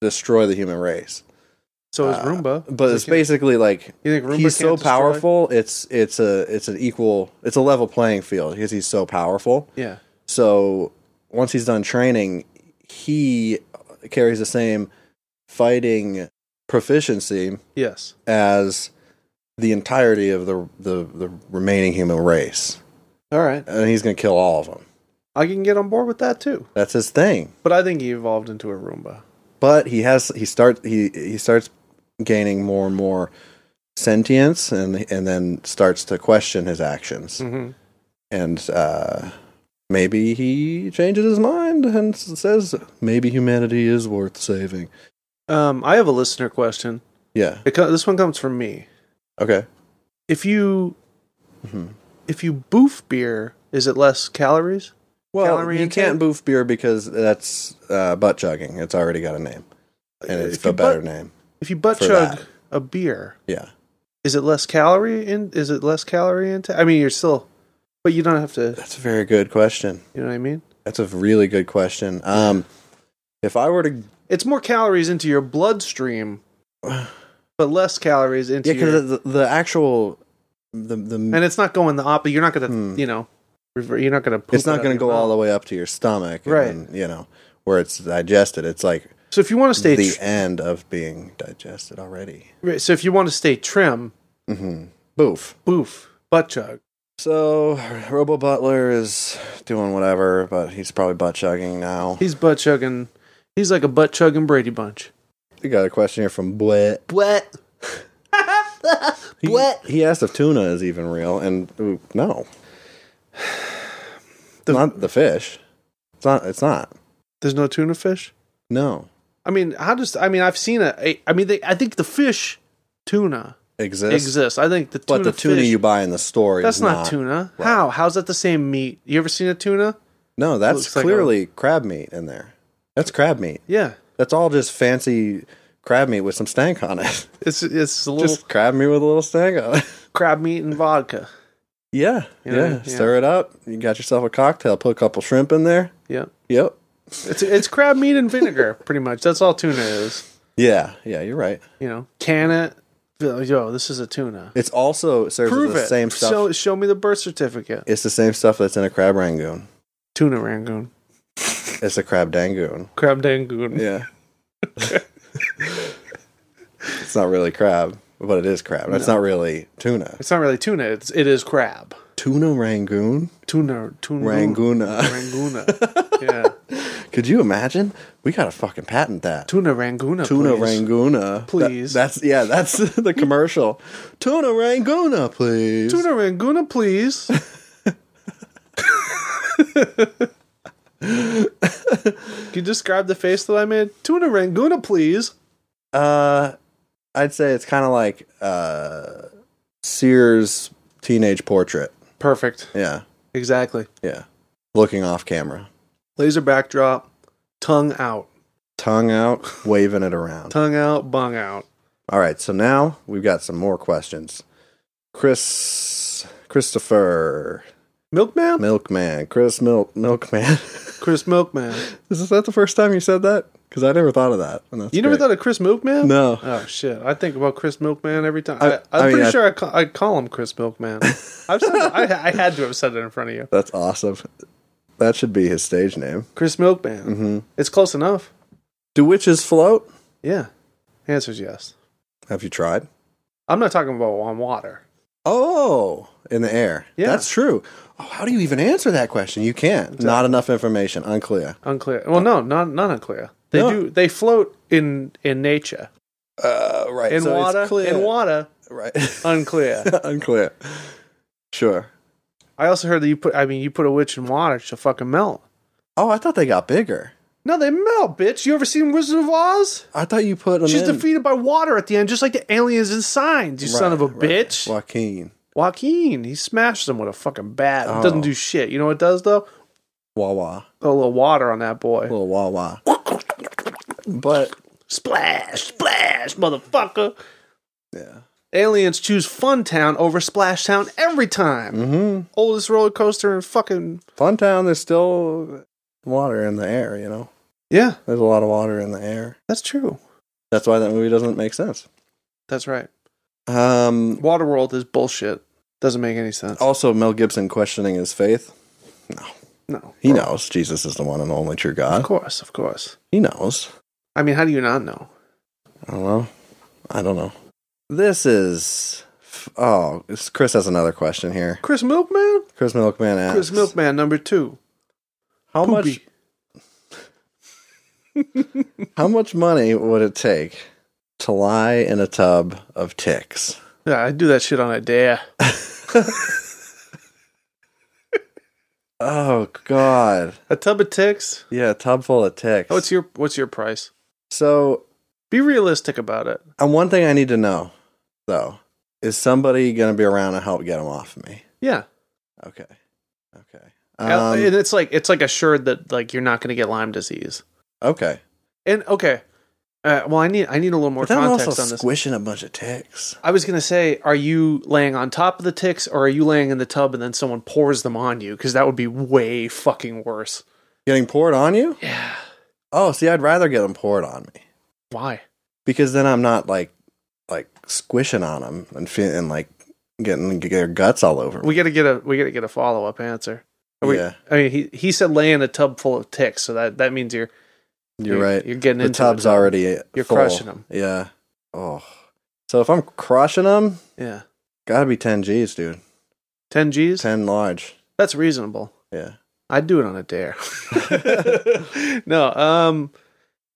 destroy the human race. So is Uh, Roomba. But They it's can- basically like You think Roomba he's so can't destroy? powerful. It's it's a it's an equal it's a level playing field because he's so powerful. Yeah. So once he's done training, he carries the same fighting proficiency Yes. as the entirety of the the, the remaining human race, All right. and he's gonna kill all of them. I can get on board with that too. That's his thing. But I think he evolved into a Roomba. But he has he starts he he starts gaining more and more sentience and and then starts to question his actions. Mm-hmm. and uh, maybe he changes his mind and s- says maybe humanity is worth saving. Um, I have a listener question. Yeah. It co- this one comes from me. Okay. If you Mhm. if you boof beer, is it less calories? Well, Calorie you intake? can't boof beer because that's uh, butt chugging. It's already got a name, and it's Uh, If you a better butt- name. If you butt for chug that. a beer, Yeah. is it less calorie in? Is it less calorie into? I mean, you're still, but you don't have to. That's a very good question. You know what I mean? That's a really good question. Um, if I were to, It's more calories into your bloodstream, but less calories into yeah, your. because the, the actual the the and it's not going the opposite. You're not gonna, Hmm. you know, rever- you're not gonna. it's not going to go all the way up to your stomach, and Right. then, you know, where it's digested. It's like So if you want to stay, the tr- end of being digested already. right, so if you want to stay trim, Mm-hmm. Boof. boof, butt chug. So Robo Butler is doing whatever, but he's probably butt chugging now. He's butt chugging. He's like a butt chugging Brady Bunch. We got a question here from Bwet. What? *laughs* He, Bwet. He asked if tuna is even real, and ooh, no. The- not the fish. It's not. It's not. There's no tuna fish. No. I mean, how does? I mean, I've seen a. I mean, they, I think the fish tuna Exists. exists. I think the tuna But the tuna fish- you buy in the store that's is not, tuna. How? How's that the same meat? You ever seen a tuna? No, that's Looks like a- clearly crab meat in there. That's crab meat. Yeah, That's all just fancy crab meat with some stank on it. *laughs* it's it's a little just crab meat with a little stank on it. *laughs* crab meat and vodka. yeah, You yeah, know, yeah. Stir it up. You got yourself a cocktail. Put a couple shrimp in there. Yeah, Yep. it's it's crab meat and vinegar, *laughs* pretty much. That's all tuna is. Yeah, yeah. You're right. You know, can it? Yo, this is a tuna. It's also it serves Prove as the it. same stuff. Show, show me the birth certificate. it's the same stuff that's in a crab rangoon. Tuna Rangoon. It's a crab dangoon. Crab Dangoon. Yeah. *laughs* it's not really crab, but it is crab. That's not really tuna. It's not really tuna. It's it is crab. Tuna rangoon. Tuna. Tuna. Ranguna. Ranguna. *laughs* yeah. Could you imagine? We gotta fucking patent that. Tuna Ranguna. Tuna please. Ranguna. Please. That- that's yeah, that's *laughs* the commercial. Tuna Ranguna, please. Tuna Ranguna, *laughs* please. Can you describe the face that I made? Tuna Ranguna, please. Uh I'd say it's kinda like uh Sears teenage portrait. Perfect. Yeah. Exactly. Yeah. Looking off camera. Laser backdrop. Tongue out. Tongue out, *laughs* waving it around. Tongue out. Bung out. All right, so now we've got some more questions. Chris Christopher Milkman. Milkman. Chris Milk Milkman. *laughs* Chris Milkman. Is that the first time you said that? Because I never thought of that. and that's You never great. thought of Chris Milkman? No. Oh shit! I think about Chris Milkman every time. I, I- I, am I mean, pretty I- sure I, call, I call him Chris *laughs* Milkman. I've said it- I, I had to have said it in front of you, That's awesome. That should be his stage name. Chris Milkman. Mm-hmm. It's close enough. Do witches float? Yeah. Answer's yes. Have you tried? I'm not talking about on water. Oh, in the air. Yeah. That's true. Oh, how do you even answer that question? You can't. Not enough information. Unclear. Unclear. Well, no, not not unclear. They No. do. They float in in nature. Uh, right. In so it's water. clear. In water. Right. *laughs* Unclear. unclear. Sure. I also heard that you put. I mean, you put a witch in water, she'll fucking melt. Oh, I thought they got bigger. No, they melt, bitch. You ever seen Wizard of Oz? I thought you put them She's in. defeated by water at the end, just like the aliens in Signs. You son Right, of a right. bitch. Joaquin. Joaquin, he smashed them with a fucking bat. It doesn't Oh. do shit. You know what it does though? Wawa. A little water on that boy. Little Wawa. But, Splash, splash, motherfucker. yeah. Aliens choose Funtown over Splash Town every time. Mm-hmm. Oldest roller coaster in fucking Fun Town, there's still water in the air, you know? Yeah, There's a lot of water in the air. that's true. That's why that movie doesn't make sense. That's right. Um, Waterworld is bullshit. Doesn't make any sense. also, Mel Gibson questioning his faith. no. He knows Jesus is the one and only true Of God. course, of course. He knows. I mean, how do you not know? I don't know. Oh, I don't know. This is. f- Oh, this- Chris has another question here. Chris Milkman? Chris Milkman asks. Chris Milkman number two. How Poopy. much? how much money would it take to lie in a tub of ticks? Yeah, I do that shit on a dare. Oh God! A tub of ticks? Yeah, a tub full of ticks. What's Oh, your what's your price? so? Be realistic about it. And one thing I need to know, though, is somebody going to be around to help get them off me? Yeah. Okay. Okay. Uh, Um, and it's like it's like assured that like you're not going to get Lyme disease. okay. And okay, uh, well I need I need a little more But then I'm also context on this. squishing a bunch of ticks. I was going to say, are you laying on top of the ticks or are you laying in the tub and then someone pours them on you? Because that would be way fucking worse. Getting poured on you? Yeah. Oh, see, I'd rather get them poured on me Why? because then I'm not like like squishing on them and fe- and like getting their guts all over. Me. We got to get a we got to get a follow up answer. Are we- Yeah. I mean, he he said lay in a tub full of ticks, so that that means you're You're right. You're getting the into tub's it. already uh, You're full. crushing 'em. Yeah. Oh. So if I'm crushing them, Yeah. gotta be ten G's, dude. 10 G's? Ten large. That's reasonable. *laughs* *laughs* Yeah. I'd do it on a dare. no, um,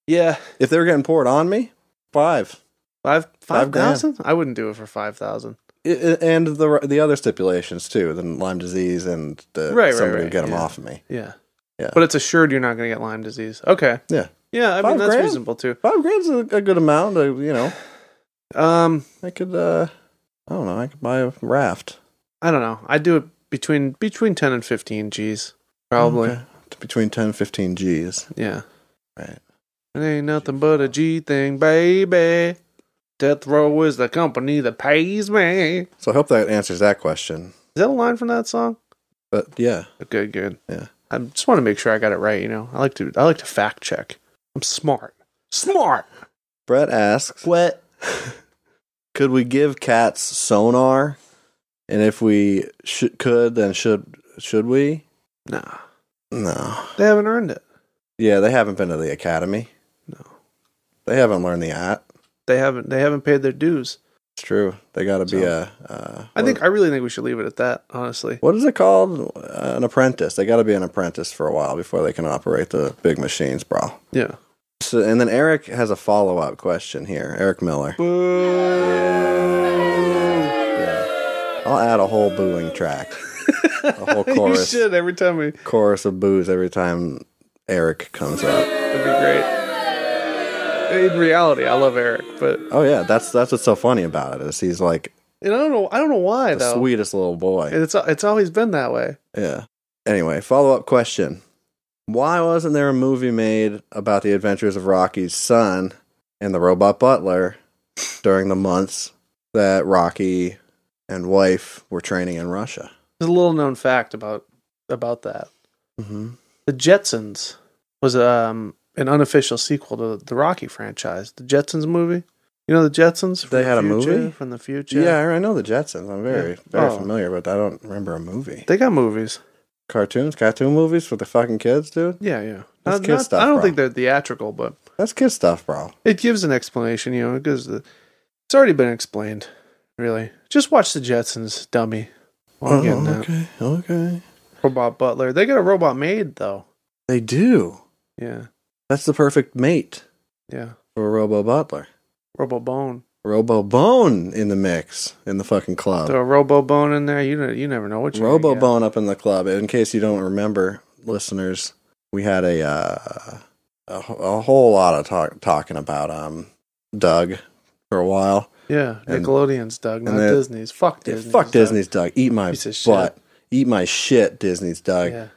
Yeah, If they were getting poured on me, five. five five grand. thousand. I wouldn't do it for five thousand. I- I- and the the other stipulations too, the Lyme disease and the, Right, right, somebody right, would get them yeah. off of me. Yeah, Yeah. But it's assured you're not going to get Lyme disease. Okay. Yeah, Yeah, I mean Five that's grand? reasonable too. five grand's a, a good amount. uh, you know, Um, I could. uh I don't know. I could buy a raft. I don't know. I do it between between ten and fifteen G's probably. Okay. between 10 and 15 G's. Yeah. Right. It ain't nothing but a G thing, baby. Death Row is the company that pays me. Is So I hope that answers that question. that a line from that song? But yeah, Good, good. Yeah. I just want to make sure I got it right. You know, I like to I like to fact check. I'm smart. Smart. Brett asks, What? *laughs* could we give cats sonar? And if we sh- could, then should should we? Nah, No. they haven't earned it. Yeah, they haven't been to the academy. No. They haven't learned the at. They haven't. They haven't paid their dues. It's true. They got to be So- a. Uh, I what- think. I really think we should leave it at that. Honestly. What is it called? Uh, an apprentice. They got to be an apprentice for a while before they can operate the big machines, bro. Yeah. So, and then Eric has a follow up question here. Eric Miller. *laughs* I'll add a whole booing track, a *laughs* whole you chorus, should every time we. chorus of boos every time Eric comes up. That'd be great. In reality, I love Eric, but Oh yeah, that's that's what's so funny about it is he's like and I don't know. I don't know why the though. sweetest little boy. It's it's always been that way. Yeah. Anyway, follow up question: Why wasn't there a movie made about the adventures of Rocky's son and the robot butler during the months that Rocky and wife were training in Russia? There's a little known fact about about that. Mm-hmm. The Jetsons was um an unofficial sequel to the Rocky franchise. The Jetsons movie. You know the Jetsons. They the had a future, movie? from the future. Yeah, I know the Jetsons. I'm very Yeah. very Oh. familiar, but I don't remember a movie. they got movies. Cartoons, cartoon movies for the fucking kids, dude. Yeah, yeah. That's Not- kid not- stuff, I don't bro. think they're theatrical, but That's kid stuff, bro. it gives an explanation. You know, it gives the. It's already been explained. Really, just watch the Jetsons, dummy. Oh, While I'm getting that. okay, okay. Robot Butler. They got a robot maid though. They do. Yeah, That's the perfect mate yeah. for a Robo Butler. Robo Bone. Robo Bone in the mix in the fucking Throw club. a Robo Bone in there. You know, you never know what you're gonna Oh. Robo get. Bone up in the club. In case you don't remember, listeners, we had a uh, a, wh- a whole lot of talk talking about um Doug for a while. Yeah, And- Nickelodeon's Doug, not and they- Disney's. Fuck Yeah, Disney. fuck Disney's Doug. Eat my Piece of butt. Eat my shit, Disney's Doug. yeah.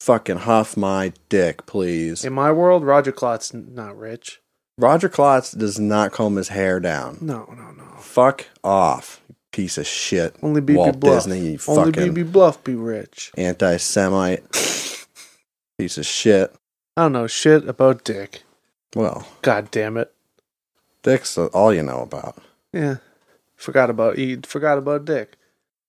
Fucking huff my dick, please. In my world, Roger Klotz n- not rich. Roger Klotz does not comb his hair down. No, no, no. Fuck off, you piece of shit. Only BB Walt Bluff. Disney, you Only fucking BB Bluff be rich. anti Semite. piece of shit. I don't know shit about Dick. Well, God damn it. dick's all you know about. Yeah. Forgot about he forgot about Dick.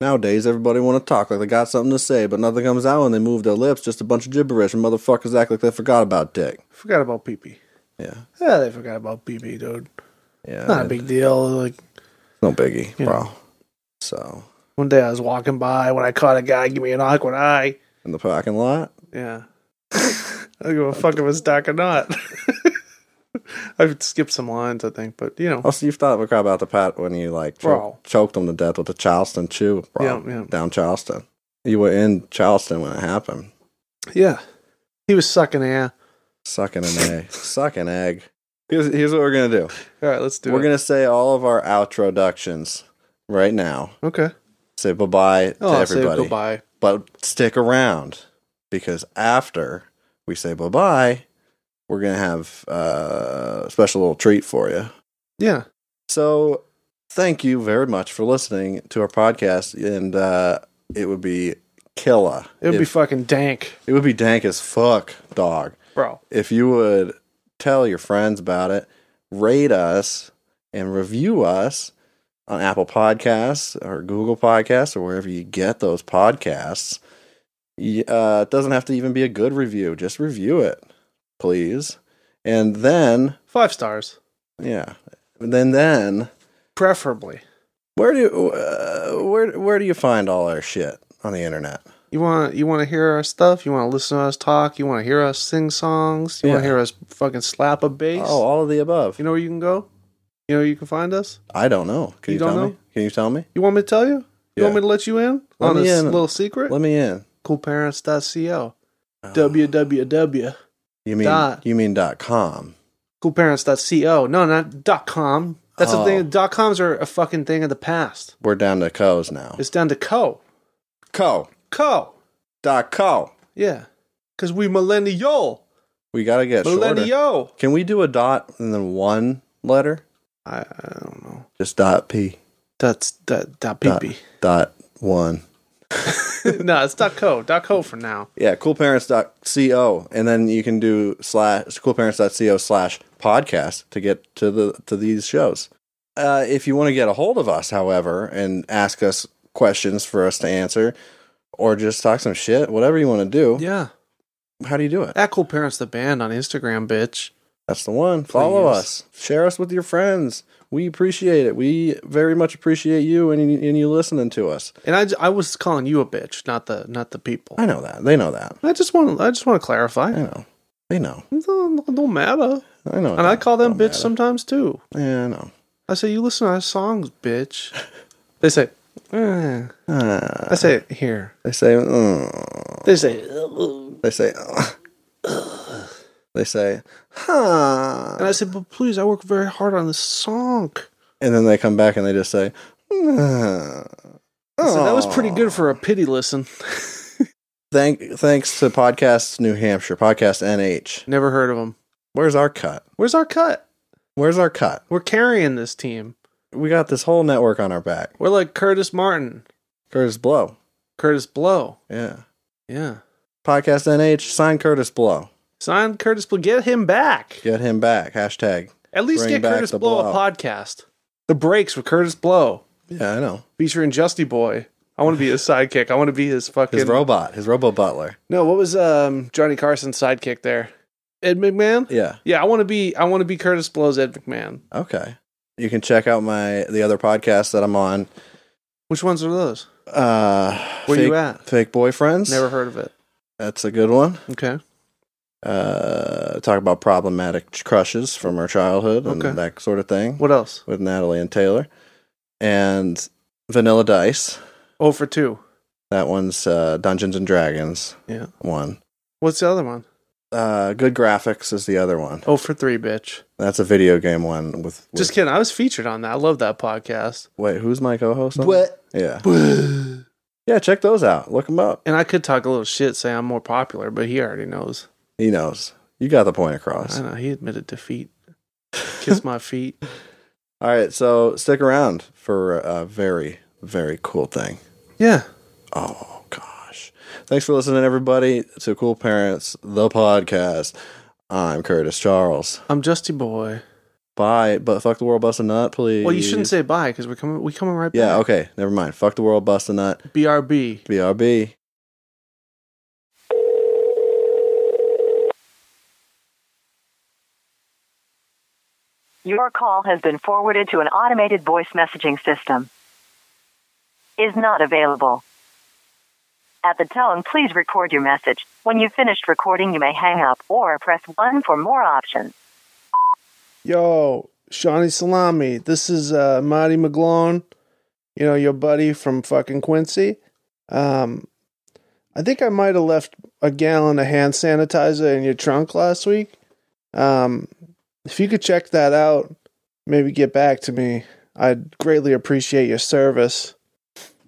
Nowadays, everybody want to talk like they got something to say, but nothing comes out when they move their lips. Just a bunch of gibberish, and motherfuckers act like they forgot about dick. Forgot about PP. Yeah, Yeah, they forgot about PP, dude. yeah, Not a it- big deal. Like no biggie, Yeah. bro. So One day I was walking by when I caught a guy give me an awkward eye. in the parking lot, Yeah. *laughs* I don't give a fuck if it's dark or not. *laughs* I've skipped some lines, I think, but you know. also you've thought about the pat when you like Bro. choked, choked them to death with the Charleston chew, bro, Yeah, yeah. down Charleston. You were in Charleston when it happened, Yeah. He was sucking air. sucking an *laughs* egg, sucking egg. Here's here's what we're gonna do. All right, let's do we're it. gonna say all of our outroductions right now. okay. Say bye bye to Oh, I'll say everybody. goodbye. But stick around because after we say bye bye, we're going to have uh, a special little treat for you. Yeah. So thank you very much for listening to our podcast. And uh, it would be killer. It would be if- fucking dank, it would be dank as fuck, dog. bro. If you would tell your friends about it, rate us and review us on Apple Podcasts or Google Podcasts or wherever you get those podcasts. Y- Uh, it doesn't have to even be a good review. Just review it, please. And then, Five stars, yeah, and then then preferably. where do uh, where where do you find all our shit on the internet? You want you want to hear our stuff? You want to listen to us talk? You want to hear us sing songs? You want to Yeah. hear us fucking slap a bass? Oh, all of the above. You know where you can go? You know where you can find us? I don't know. You Can you, don't tell know? me? Can you tell me? You want me to tell you? You Yeah. want me to let you in Let on me this in. little secret? Let me Oh. in. coolparents.co. www. You mean Dot. you mean dot com? Coolparents.co. No, not dot .com. That's the Oh. thing. Dot .coms are a fucking thing of the past. We're down to co's now. It's down to co. co Co. dot co. Yeah. Because we millennial. We gotta get shorter. millennial. Can we do a dot and then one letter? I, I don't know. Just dot p. That's that dot Dot, pp. dot one. *laughs* no, it's dot co. Dot co for now. Yeah, coolparents.co, and then you can do slash coolparents.co slash podcast to get to the to these shows. Uh, if you want to get a hold of us, however, and ask us questions for us to answer, or just talk some shit, whatever you want to do, Yeah. how do you do it? At Cool Parents the Band on Instagram, bitch. That's the one. Follow Please. us, share us with your friends. We appreciate it. We very much appreciate you and you, and you listening to us. And I, j- I was calling you a bitch, not the not the people. I know that they know that. I just want I just want to I clarify. know. They know. It don't, it don't matter. I know. it And I don't- call them don't bitch matter. sometimes too. Yeah, I know. I say, you listen to our songs, bitch. They say, eh. Uh, I say, here. they say. "Mm." They say, "Ugh." They say, "Ugh." they say, huh. and I say, but please, I work very hard on this song. And then they come back and they just say, "Ugh." So that was pretty good for a pity listen. Thank, thanks to Podcasts New Hampshire, Podcast NH. Never heard of them. Where's our cut? Where's our cut? Where's our cut? We're carrying this team. We got this whole network on our back. We're like Curtis Martin, Curtis Blow. Curtis Blow. Yeah. Yeah. Podcast NH, sign Curtis Blow. Sign Curtis Blow. Get him back. Get him back. Hashtag. At least Bring get back Curtis the Blow, Blow. a podcast. The breaks with Curtis Blow Yeah, I know. featuring Justy Boy. I want to be his sidekick. I want to be his fucking His robot, his robo butler. No, what was um, Johnny Carson's sidekick there? Ed McMahon. Yeah. Yeah, I want to be. I want to be Curtis Blow's Ed McMahon. Okay. You can check out my the other podcast that I'm on. Which ones are those? Uh, Where fake, you at? Fake boyfriends. Never heard of it. That's a good one. Okay. Uh, talk about problematic ch- crushes from our childhood and Okay. that sort of thing What else? with Natalie and Taylor. And Vanilla Dice. Oh, for two. That one's uh, Dungeons and Dragons Yeah. one. What's the other one? Uh, good graphics is the other one. Oh, for three, bitch. That's a video game one with. with- Just kidding. I was featured on that. I love that *sighs* podcast. *laughs* wait, who's my co-host? on What? that? Yeah, and yeah. Check those out. Look them up. I could talk a little shit, say I'm more popular, but he already knows. He knows. You got the point I across. know. He admitted defeat. Kiss my feet. All right, so stick around for a very, very cool thing. Yeah. Oh gosh. Thanks for listening everybody to Cool Parents the podcast. I'm Curtis Charles. I'm Justy Boy. Bye, but fuck the world bust a nut, please. Well, you shouldn't say bye because we're coming. We coming right back. Yeah, okay, never mind. Fuck the world bust a nut. BRB. BRB. Your call has been forwarded to an automated voice messaging system. Is not available. At the tone, please record your message. When you've finished recording, you may hang up or press 1 for more options. Yo, Shawnee Salami, this is uh, Marty McGlone, you know, your buddy from fucking Quincy. Um, I think I might have left a gallon of hand sanitizer in your trunk last week. Um, if you could check that out, maybe get back to me. I'd greatly appreciate your service,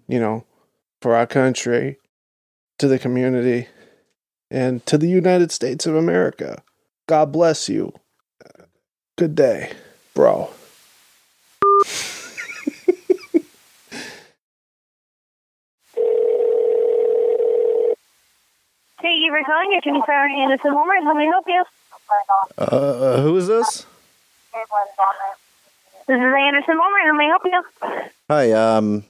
you know, for our country, to the community, and to the United States of America. God bless you. Good day, bro. Thank you for calling your 24 hour Anderson Walmart. How may I help you? Uh, who is this? This is Anderson Walmart. How may I help you? Hi, um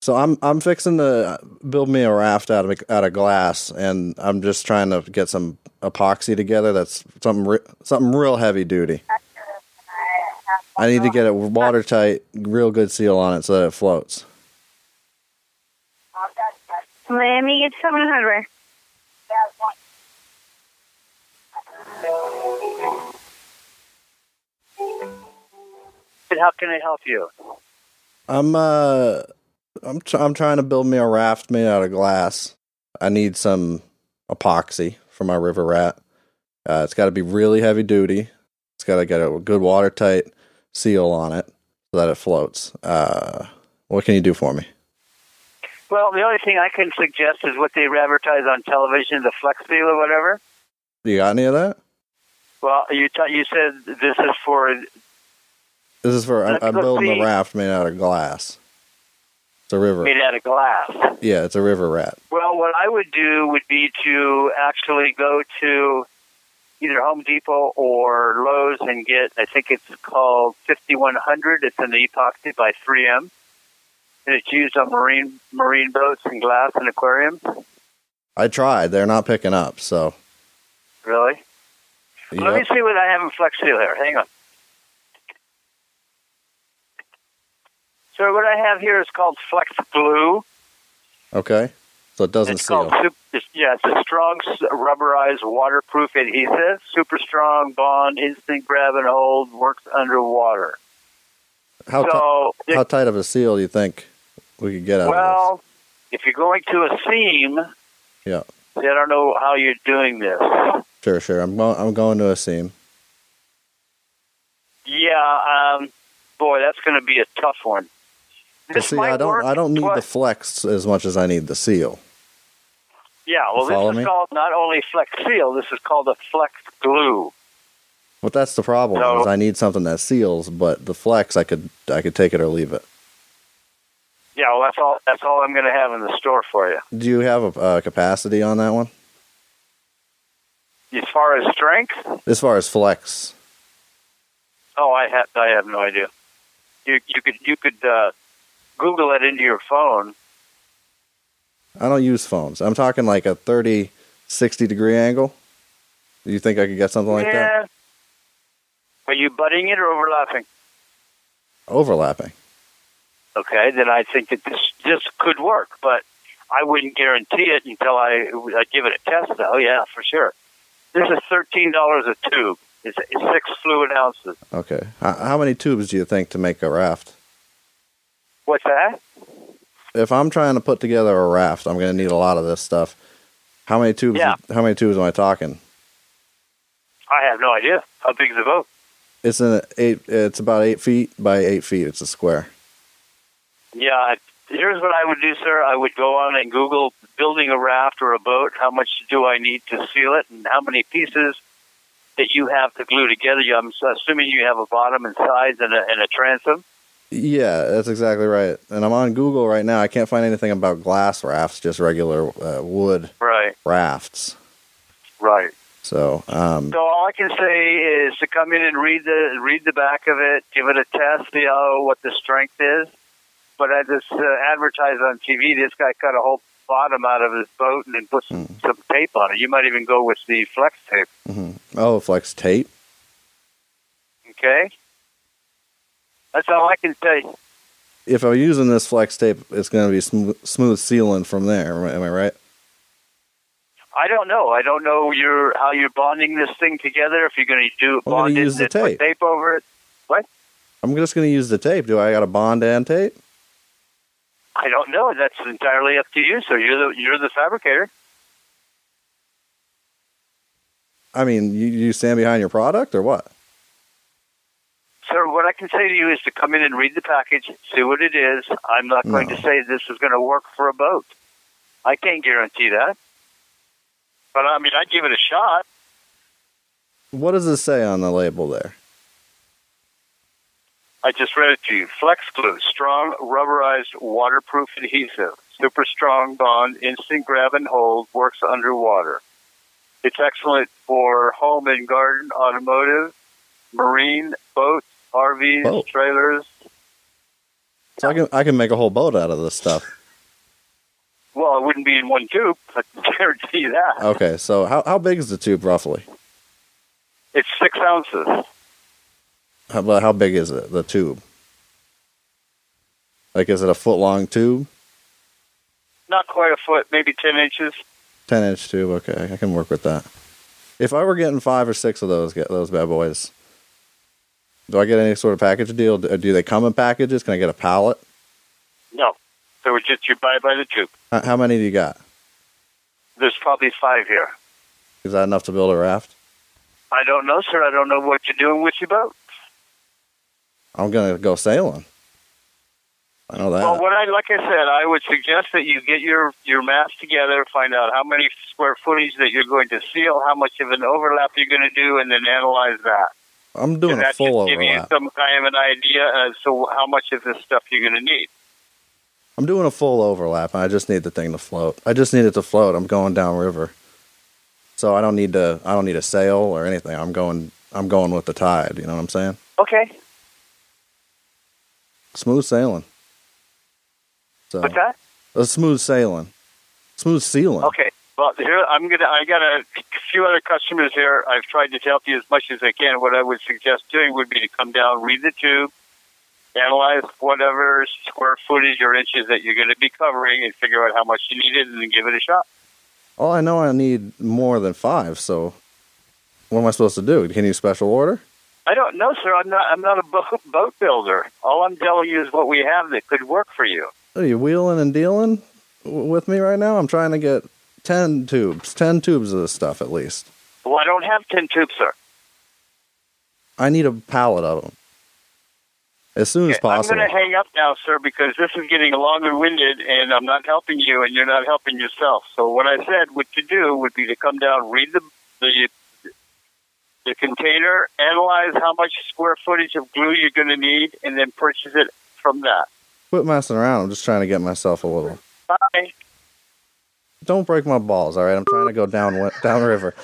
so I'm I'm fixing to build me a raft out of out of glass and I'm just trying to get some epoxy together that's something re- something real heavy duty. I need to get it watertight, real good seal on it so that it floats. Let me get some hardware. And how can I help you? I'm uh I'm tr- I'm trying to build me a raft made out of glass. I need some epoxy for my river rat. Uh, it's got to be really heavy duty. It's got to get a good watertight seal on it so that it floats. Uh, what can you do for me? Well, the only thing I can suggest is what they advertise on television, the flex seal or whatever. You got any of that? Well, you t- you said this is for This is for I'm, Let's I'm go building see. a raft made out of glass. It's a river. made out of glass. Yeah, it's a river rat. Well, what I would do would be to actually go to either Home Depot or Lowe's and get, I think it's called 5100. It's an epoxy by 3M. And it's used on marine marine boats and glass and aquariums. I tried. They're not picking up. So Really? Let me yep. see what I have in Flex Seal here. Hang on. So what I have here is called Flex Glue. okay. So it doesn't It's seal. called sup- it's, yeah, it's a strong s- rubberized waterproof adhesive, super strong bond, instant grab and hold, works underwater. How ti- so, it- How tight of a seal do you think we could get out of well, if you're going to a seam, this? Yeah, I don't know how you're doing this. sure, sure. I'm going. I'm going to a seam. Yeah, um, boy, that's going to be a tough one. But see, I don't. I don't need the flex as much as I need the seal. Yeah, well, Follow this me? is called not only Flex Seal, this is called a Flex Glue. But that's the problem. No. Is I need something that seals, but the flex, I could. I could take it or leave it. Yeah, well, that's all. That's all I'm going to have in the store for you. Do you have a, uh capacity on that one? As far as strength, As far as flex, oh, I have. I have no idea. You you could you could uh, Google it into your phone. I don't use phones. I'm talking like a 30, 60 degree angle. Do you think I could get something like that? yeah. Are you butting it or overlapping? Overlapping. Okay, then I think that this this could work, but I wouldn't guarantee it until I, I give it a test. Though, yeah, for sure. This is thirteen dollars a tube. It's, it's six fluid ounces. Okay. How, how many tubes do you think to make a raft? What's that? if I'm trying to put together a raft, I'm going to need a lot of this stuff. How many tubes? Yeah. How many tubes am I talking? I have no idea. How big's the boat? It's an eight. It's about eight feet by eight feet. It's a square. Yeah, I- here's what I would do, sir. I would go on and Google building a raft or a boat. How much do I need to seal it, and how many pieces that you have to glue together? You- I'm assuming you have a bottom and sides and a, and a transom. Yeah, that's exactly right. And I'm on Google right now. I can't find anything about glass rafts, just regular uh, wood Right, rafts. right. So, um, So all I can say is to come in and read the read the back of it, give it a test, see how what the strength is. But as it's uh, advertised on TV, this guy cut a whole bottom out of his boat and then put Hmm. some, some tape on it. You might even go with the flex tape. mhm. oh, flex tape. Okay. That's all I can say. If I'm using this flex tape, it's going to be sm- smooth sealing from there. Am I- Am I right? I don't know. I don't know your how you're bonding this thing together. If you're going to do Well, then bond you it use the and then put tape. tape over it. I'm just going to use the tape. Do I got a bond and tape? I don't know. That's entirely up to you. So you're the you're the fabricator. I mean, you, you stand behind your product or what? Sir, what I can say to you is to come in and read the package, see what it is. I'm not going No. to say this is going to work for a boat. I can't guarantee that. But I mean, I'd give it a shot. What does it say on the label there? I just read it to you. Flex glue, strong rubberized waterproof adhesive, super strong bond, instant grab and hold, works underwater. It's excellent for home and garden, automotive, marine, boats, RVs, Boat. trailers. So I can I can make a whole boat out of this stuff. Well, it wouldn't be in one tube. *laughs* I can guarantee you that. Okay, so how how big is the tube roughly? It's six ounces. How about how big is it? The tube? Like is it a foot long tube? not quite a foot, maybe 10 inches. 10 inch tube. Okay, I can work with that. If I were getting five or six of those, get those bad boys. Do I get any sort of package deal? Do do they come in packages? Can I get a pallet? No. So it's just you buy by the tube. How, how many do you got? There's probably five here. Is that enough to build a raft? I don't know, sir. I don't know what you're doing with your boat. I'm gonna go sailing. I know that. Well, what I like I said, I would suggest that you get your your maps together, find out how many square footage that you're going to seal, how much of an overlap you're going to do, and then analyze that. I'm doing And a that full should give you overlap. some kind of an idea as to how much of this stuff you're going to need. I'm doing a full overlap, and I just need the thing to float. I just need it to float. I'm going downriver, so I don't need to. I don't need a sail or anything. I'm going. I'm going with the tide. You know what I'm saying? Okay, Smooth sailing. So what's that? a smooth sailing, smooth sealing. Okay. Well, here I'm gonna. I got a few other customers here. I've tried to help you as much as I can. What I would suggest doing would be to come down, read the tube, analyze whatever square footage or inches that you're going to be covering, and figure out how much you needed, and then give it a shot. All I know, I need more than five. So what am I supposed to do? Can you special order? I don't know, sir. I'm not. I'm not a *laughs* boat, boat builder. All I'm telling you is what we have that could work for you. Are you wheeling and dealing w- with me right now? I'm trying to get ten tubes, ten tubes of this stuff at least. Well, I don't have ten tubes, sir. I need a pallet of them as soon as Okay, I'm possible. going to hang up now, sir, because this is getting long and winded, and I'm not helping you, and you're not helping yourself. So what I said, what to do would be to come down, read the the, the container, analyze how much square footage of glue you're going to need, and then purchase it from that. Quit messing around. I'm just trying to get myself a little. Bye. Don't break my balls, all right? I'm trying to go down *laughs* wi- downriver.